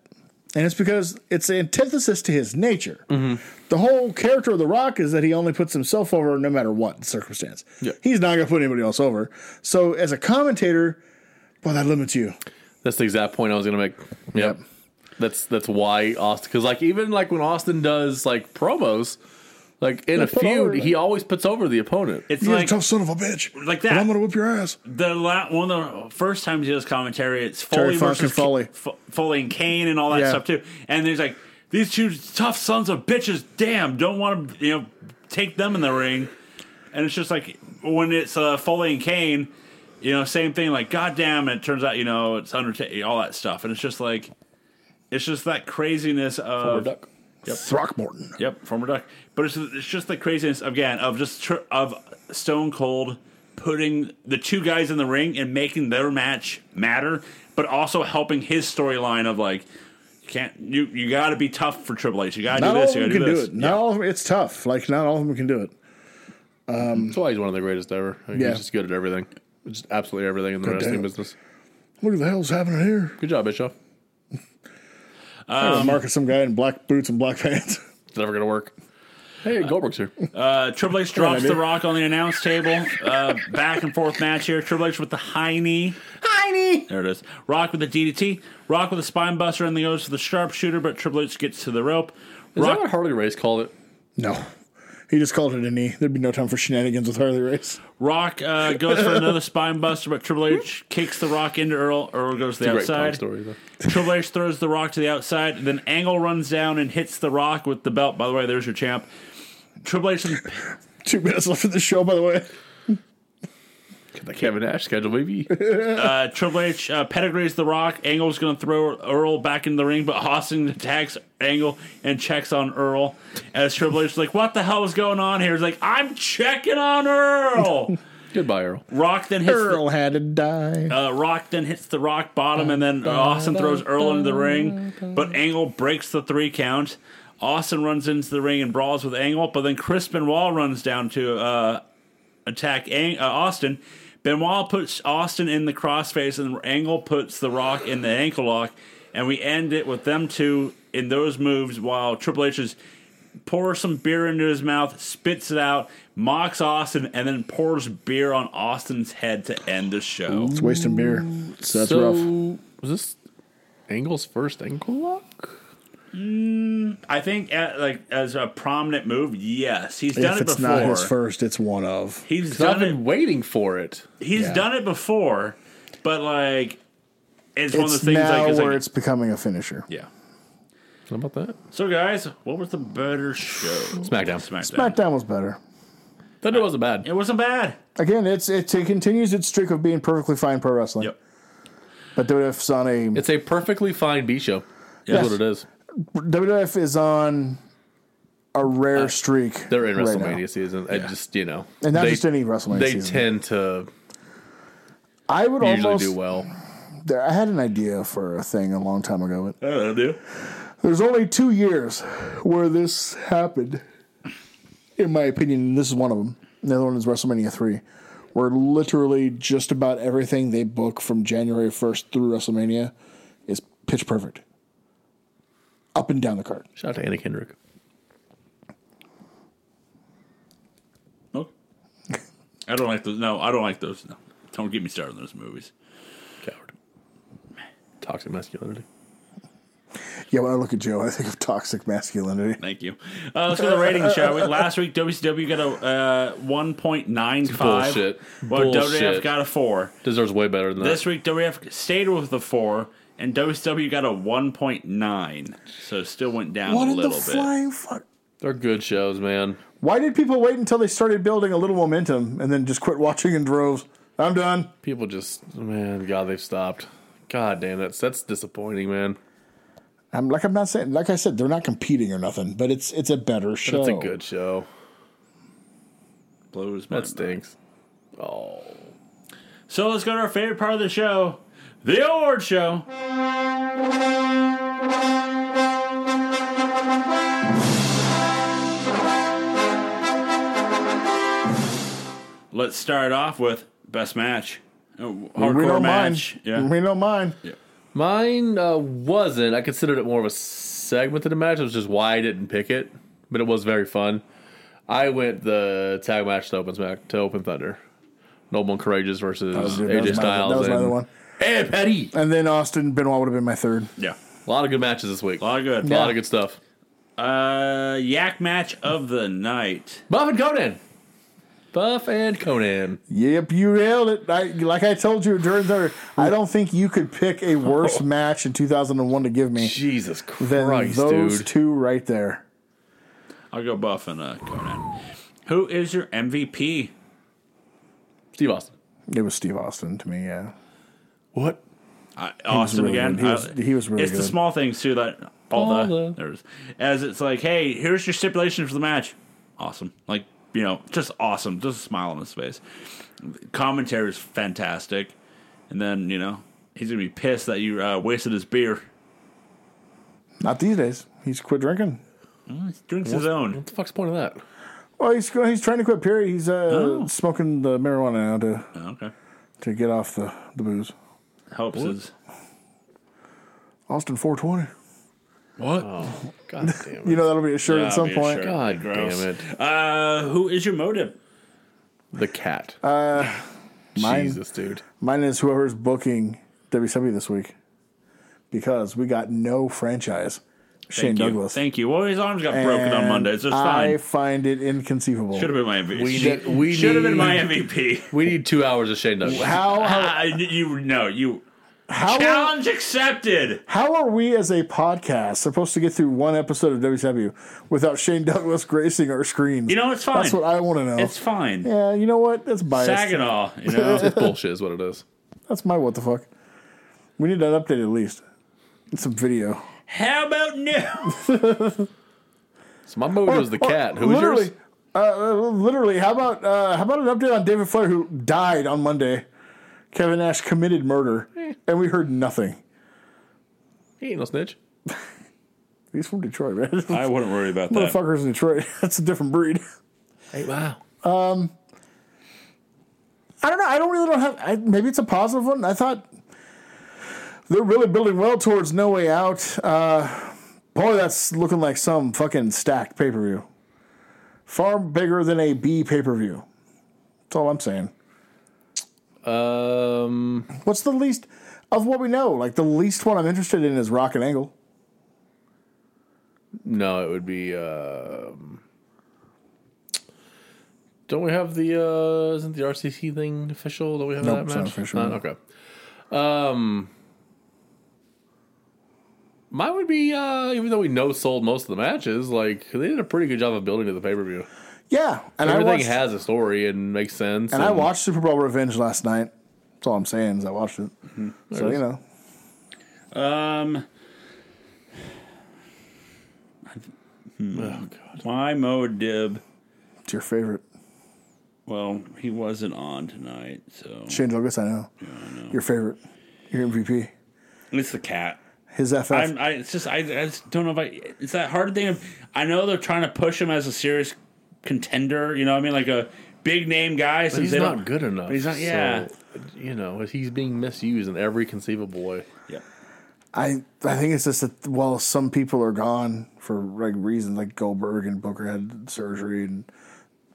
And it's because it's the antithesis to his nature. Mm-hmm. The whole character of The Rock is that he only puts himself over no matter what circumstance. Yeah. He's not going to put anybody else over. So, as a commentator, well, that limits you. That's the exact point I was gonna make. Yep. That's that's why Austin because like even like when Austin does like promos, like in a put feud, over- he always puts over the opponent. it's You're like a tough son of a bitch. like But that. I'm going to whip your ass. the la- one of the first times he does commentary, it's Terry Foley Funk versus and Foley. K- F- Foley and Kane and all that Yeah. stuff too. And there's like these two tough sons of bitches. Damn, don't want to you know take them in the ring. And it's just like when it's uh, Foley and Kane, you know, same thing. Like God damn, it turns out you know it's Undertaker, all that stuff. And it's just like it's just that craziness of Duck. Throckmorton. Yep, former duck. But it's, it's just the craziness again of just tr- of Stone Cold putting the two guys in the ring and making their match matter, but also helping his storyline of like you can't you you got to be tough for Triple H. You got to do Not all of this. You them got to can do do this. it. Not all of them. It's tough. Like, not all of them can do it. That's why he's one of the greatest ever. I mean, Yeah. He's just good at everything. Just absolutely everything in the wrestling damn it. business. What the hell's happening here? Good job, Bischoff. Um, Mark is some guy in black boots and black pants. (laughs) It's never gonna work. Hey, Goldberg's here. Uh, Triple H drops dude. the rock on the announce table. Uh, back and forth match here. Triple H with the high knee. High knee. There it is. Rock with the DDT. Rock with the spine buster and then goes to the sharpshooter, but Triple H gets to the rope. Is Rock that what Harley Race called it? No. He just called it a knee. There'd be no time for shenanigans with Harley Race. (laughs) Rock uh, goes for (laughs) another spine buster, but Triple H kicks the Rock into Earl. Earl goes to the Great comic outside. story, though. Triple H throws the Rock to the outside. and Then Angle runs down and hits the Rock with the belt. By the way, there's your champ. Triple H and Two minutes left of the show, by the way. Get the Kevin Nash (laughs) schedule, maybe. uh, Triple H uh, pedigrees the Rock. Angle's going to throw Earl back in the ring, but Austin attacks Angle and checks on Earl. As Triple H is like, "What the hell is going on here?" He's like, "I'm checking on (laughs) Earl." Goodbye, Earl. Rock then hits the- Earl had to die. Uh, Rock then hits the rock bottom, and then Austin throws Earl into the ring, but Angle breaks the three count. Austin runs into the ring and brawls with Angle, but then Chris Benoit runs down to uh, attack Ang- uh, Austin. Benoit puts Austin in the crossface, and Angle puts the rock in the ankle lock, and we end it with them two in those moves while Triple H is pours some beer into his mouth, spits it out, mocks Austin, and then pours beer on Austin's head to end the show. It's wasting beer. So that's so, rough. was this Angle's first ankle lock? I think uh like as a prominent move, yes, he's done If it it's before. not his first, it's one of. he's 'Cause I've done been it. waiting for it. He's yeah. done it before, but like it's, one of those It's things. now Like, it's where like it's becoming a finisher. yeah. How about that? So guys, what was the better show? SmackDown. SmackDown. SmackDown was better. Thunder wasn't bad. It wasn't bad. Again, it's it, it continues its streak of being perfectly fine pro wrestling. Yep. But WWF's on a It's a perfectly fine B show. Yes. That's what it is. WWF is on a rare streak. Uh, They're in right now. WrestleMania season. I just you know, and not they, just any WrestleMania they season. tend to I would usually almost. do well. There, I had an idea for a thing a long time ago. I don't know. There's only two years where this happened, in my opinion, and this is one of them. The other one is WrestleMania 3, where literally just about everything they book from January 1st through WrestleMania is pitch perfect. Up and down the card. Shout out to Anna Kendrick. No. I don't like those. No, I don't like those. No, don't get me started on those movies. Coward. Toxic masculinity. Yeah, when I look at Joe, I think of toxic masculinity. Thank you. Uh, let's go to the ratings, shall we? Last week, WCW got a uh, 1.95. Bullshit. Well, WWF Bullshit. got a 4. Deserves way better than This that. week, WF stayed with the four, and WCW got a 1.9, so still went down What a in the little bit. flying fuck? They're good shows, man. Why did people wait until they started building a little momentum and then just quit watching in droves? I'm done. People just man, God, they've stopped. God damn, that's that's disappointing, man. I'm like I'm not saying like I said they're not competing or nothing, but it's it's a better show. That's a good show. Blows my That mind. stinks. Oh, So let's go to our favorite part of the show, the award show. Let's start off with best match, Oh, hardcore we don't match. mind. We don't mind. mine uh, wasn't. I considered it more of a segment than a match. It was just why I didn't pick it, but it was very fun. I went the tag match to open smack to open thunder. Noble and Courageous versus that AJ was my- Styles. that was my and other one. Ed Petty. And then Austin Benoit would have been my third. yeah, A lot of good matches this week. a lot of good. A lot of good stuff. Uh, yak match of the night. Buff and Conan. Buff and Conan. Yep, you nailed it. I, like I told you during the, I don't think you could pick a worse (laughs) match in 2001 to give me Jesus than Christ, those dude. two right there. I'll go Buff and uh, Conan. Who is your MVP? Steve Austin. It was Steve Austin to me. Yeah, What? I, Austin really again. good. He was- I- he was really It's the good. small things too that all All the the- there's as it's like, hey, here's your stipulation for the match. Awesome, like you know, just awesome. Just a smile on his face. Commentary is fantastic, and then you know he's gonna be pissed that you uh, wasted his beer. not these days. He's quit drinking. Mm, He drinks his own. What the fuck's the point of that? Well, he's go- he's trying to quit. Period. He's uh, smoking the marijuana now to Oh, okay, to get off the the booze. hopes is Austin 420. What? Oh, God damn it. You know that'll be a shirt at some point. God Gross. damn it. Uh, who is your motive? The cat. Uh, mine- Jesus, dude. Mine is whoever's E booking WWE this week because we got no franchise. Shane Thank you. Douglas. Thank you. Well, his arms got broken on And Monday. It's just fine. I find it inconceivable. Should have been my MVP. We Should- need- we should have been need- my MVP. We need two hours of Shane Douglas. (laughs) How how Ah, (laughs) you no you Oh, how are, challenge accepted. how are we as a podcast supposed to get through one episode of WCW without Shane Douglas (laughs) gracing our screens? You know it's fine. That's what I want to know. it's fine. yeah, you know what? That's biased. Saginaw, you (laughs) know. It's bullshit, is what it is. That's my what the fuck. We need that update at least. Some video. How about no? So my vote is the cat. Who was literally, yours? Uh, literally, how about uh, how about an update on David Flair who died on Monday? Kevin Nash committed murder, Eh. and we heard nothing. He ain't no snitch. He's from Detroit, man. (laughs) I wouldn't worry about that. Motherfuckers in Detroit. (laughs) That's a different breed. Hey, wow. I don't know. I don't really don't have. I, maybe it's a positive one. I thought they're really building well towards No Way Out. Uh, boy, that's looking like some fucking stacked pay per view. Far bigger than a B pay per view. That's all I'm saying. Um, What's the least of what we know? Like the least one I'm interested in is Rock and Angle. no, it would be. Um, don't we have the? Uh, isn't the RCC thing official? Don't we have Nope, that it's match? not official. Not- okay. Um, mine would be. Uh, even though we no sold most of the matches, like they did a pretty good job of building to the pay per view. Yeah, and I Everything watched has a story and makes sense. and I watched Super Bowl Revenge last night. That's all I'm saying is I watched it. So you know, Um, Oh god. my Mo Dib. it's your favorite Well, he wasn't on tonight, so Shane Douglas. I know. Your favorite, your MVP, it's the cat. his FF. I'm, I, it's just I, I just don't know if I. It's that hard thing. Of, I know they're trying to push him as a serious contender. You know, what I mean, like a big name guy. But he's not good enough. he's not- yeah. So, you know, he's being misused in every conceivable way. Yeah. I I think it's just that while some people are gone for like reasons like Goldberg and Booker had surgery and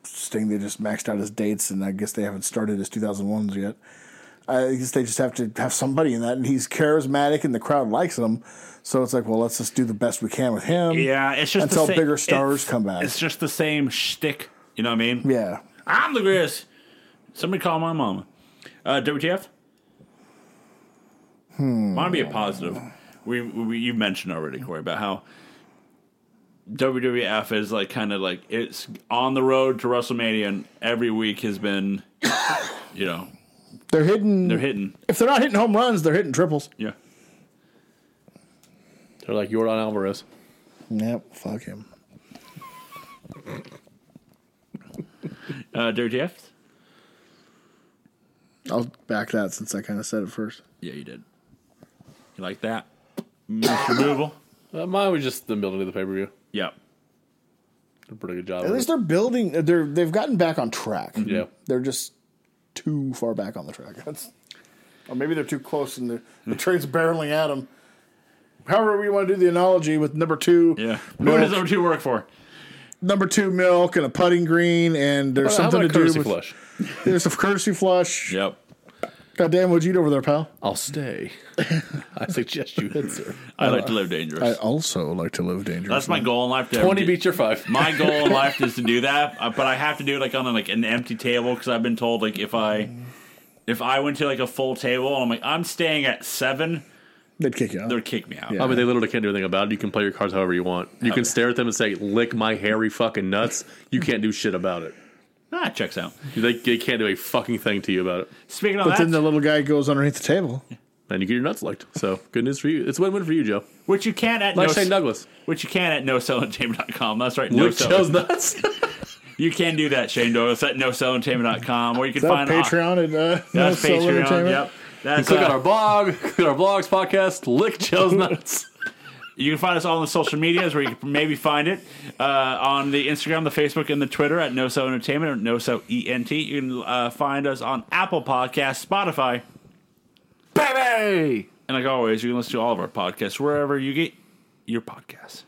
Sting they just maxed out his dates and I guess they haven't started his 2001s yet. I guess they just have to have somebody in that and he's charismatic and the crowd likes him, so it's like well let's just do the best we can with him. Yeah, it's just until the same- bigger stars it's- come back. It's just the same shtick. You know what I mean? yeah. I'm the greatest. Somebody call my mama. Uh, WTF? Hmm. Might be a positive. We, we you mentioned already, Corey, about how WWF is like kind of like it's on the road to WrestleMania, and every week has been, you know, They're hitting. they're hitting. If they're not hitting home runs, they're hitting triples. Yeah, They're like Jordan Alvarez. Yep, fuck him. uh, WTF? I'll back that since I kind of said it first. Yeah, you did. You like that? Miss removal. Uh, mine was just them building to the pay per view. Yeah. Did a pretty good job. At of least it. they're building. They're they've gotten back on track. yeah. they're just too far back on the track. (laughs) That's, or maybe they're too close and the, the train's barreling at them. However, we want to do the analogy with number two, Yeah. Who Milk. does number two work for? number two milk and a putting green, and there's something to do courtesy with flush. there's a courtesy flush. Yep. Goddamn, what'd you eat over there, pal? I'll stay. (laughs) I suggest you answer. I like to live dangerous. also like to live dangerous. That's my goal in life. To (laughs) ever Twenty do- beats your five. My goal in life is to do that, uh, but I have to do it like on like an empty table because I've been told like if I if I went to like a full table and I'm like I'm staying at seven, They'd kick you out. they'd kick me out. I mean, they literally can't do anything about it. You can play your cards however you want. You can stare at them and say, "Lick my hairy fucking nuts." You can't do shit about it. Ah, it checks out. They, they can't do a fucking thing to you about it. Speaking of But that, then the little guy goes underneath the table. And you get your nuts licked. So good news for you. It's win-win for you, Joe. which you can at Like no, Shane Douglas. which you can at nocellentertainment.com. That's right, no Lick Joe's sell. (laughs) nuts. You can do that, Shane Douglas at nocellentertainment.com, or you can Is that find Patreon and uh, (laughs) That's Soul Patreon. Entertainment? Yep. That's, Click on uh, our blog. (laughs) Click on our blogs podcast. Lick (laughs) Joe's nuts. You can find us all on the social medias where you can maybe find it uh, on the Instagram, the Facebook, and the Twitter at NoSo Entertainment or NoSo ENT. You can uh, find us on Apple Podcasts, Spotify, Baby. and like always, you can listen to all of our podcasts wherever you get your podcasts.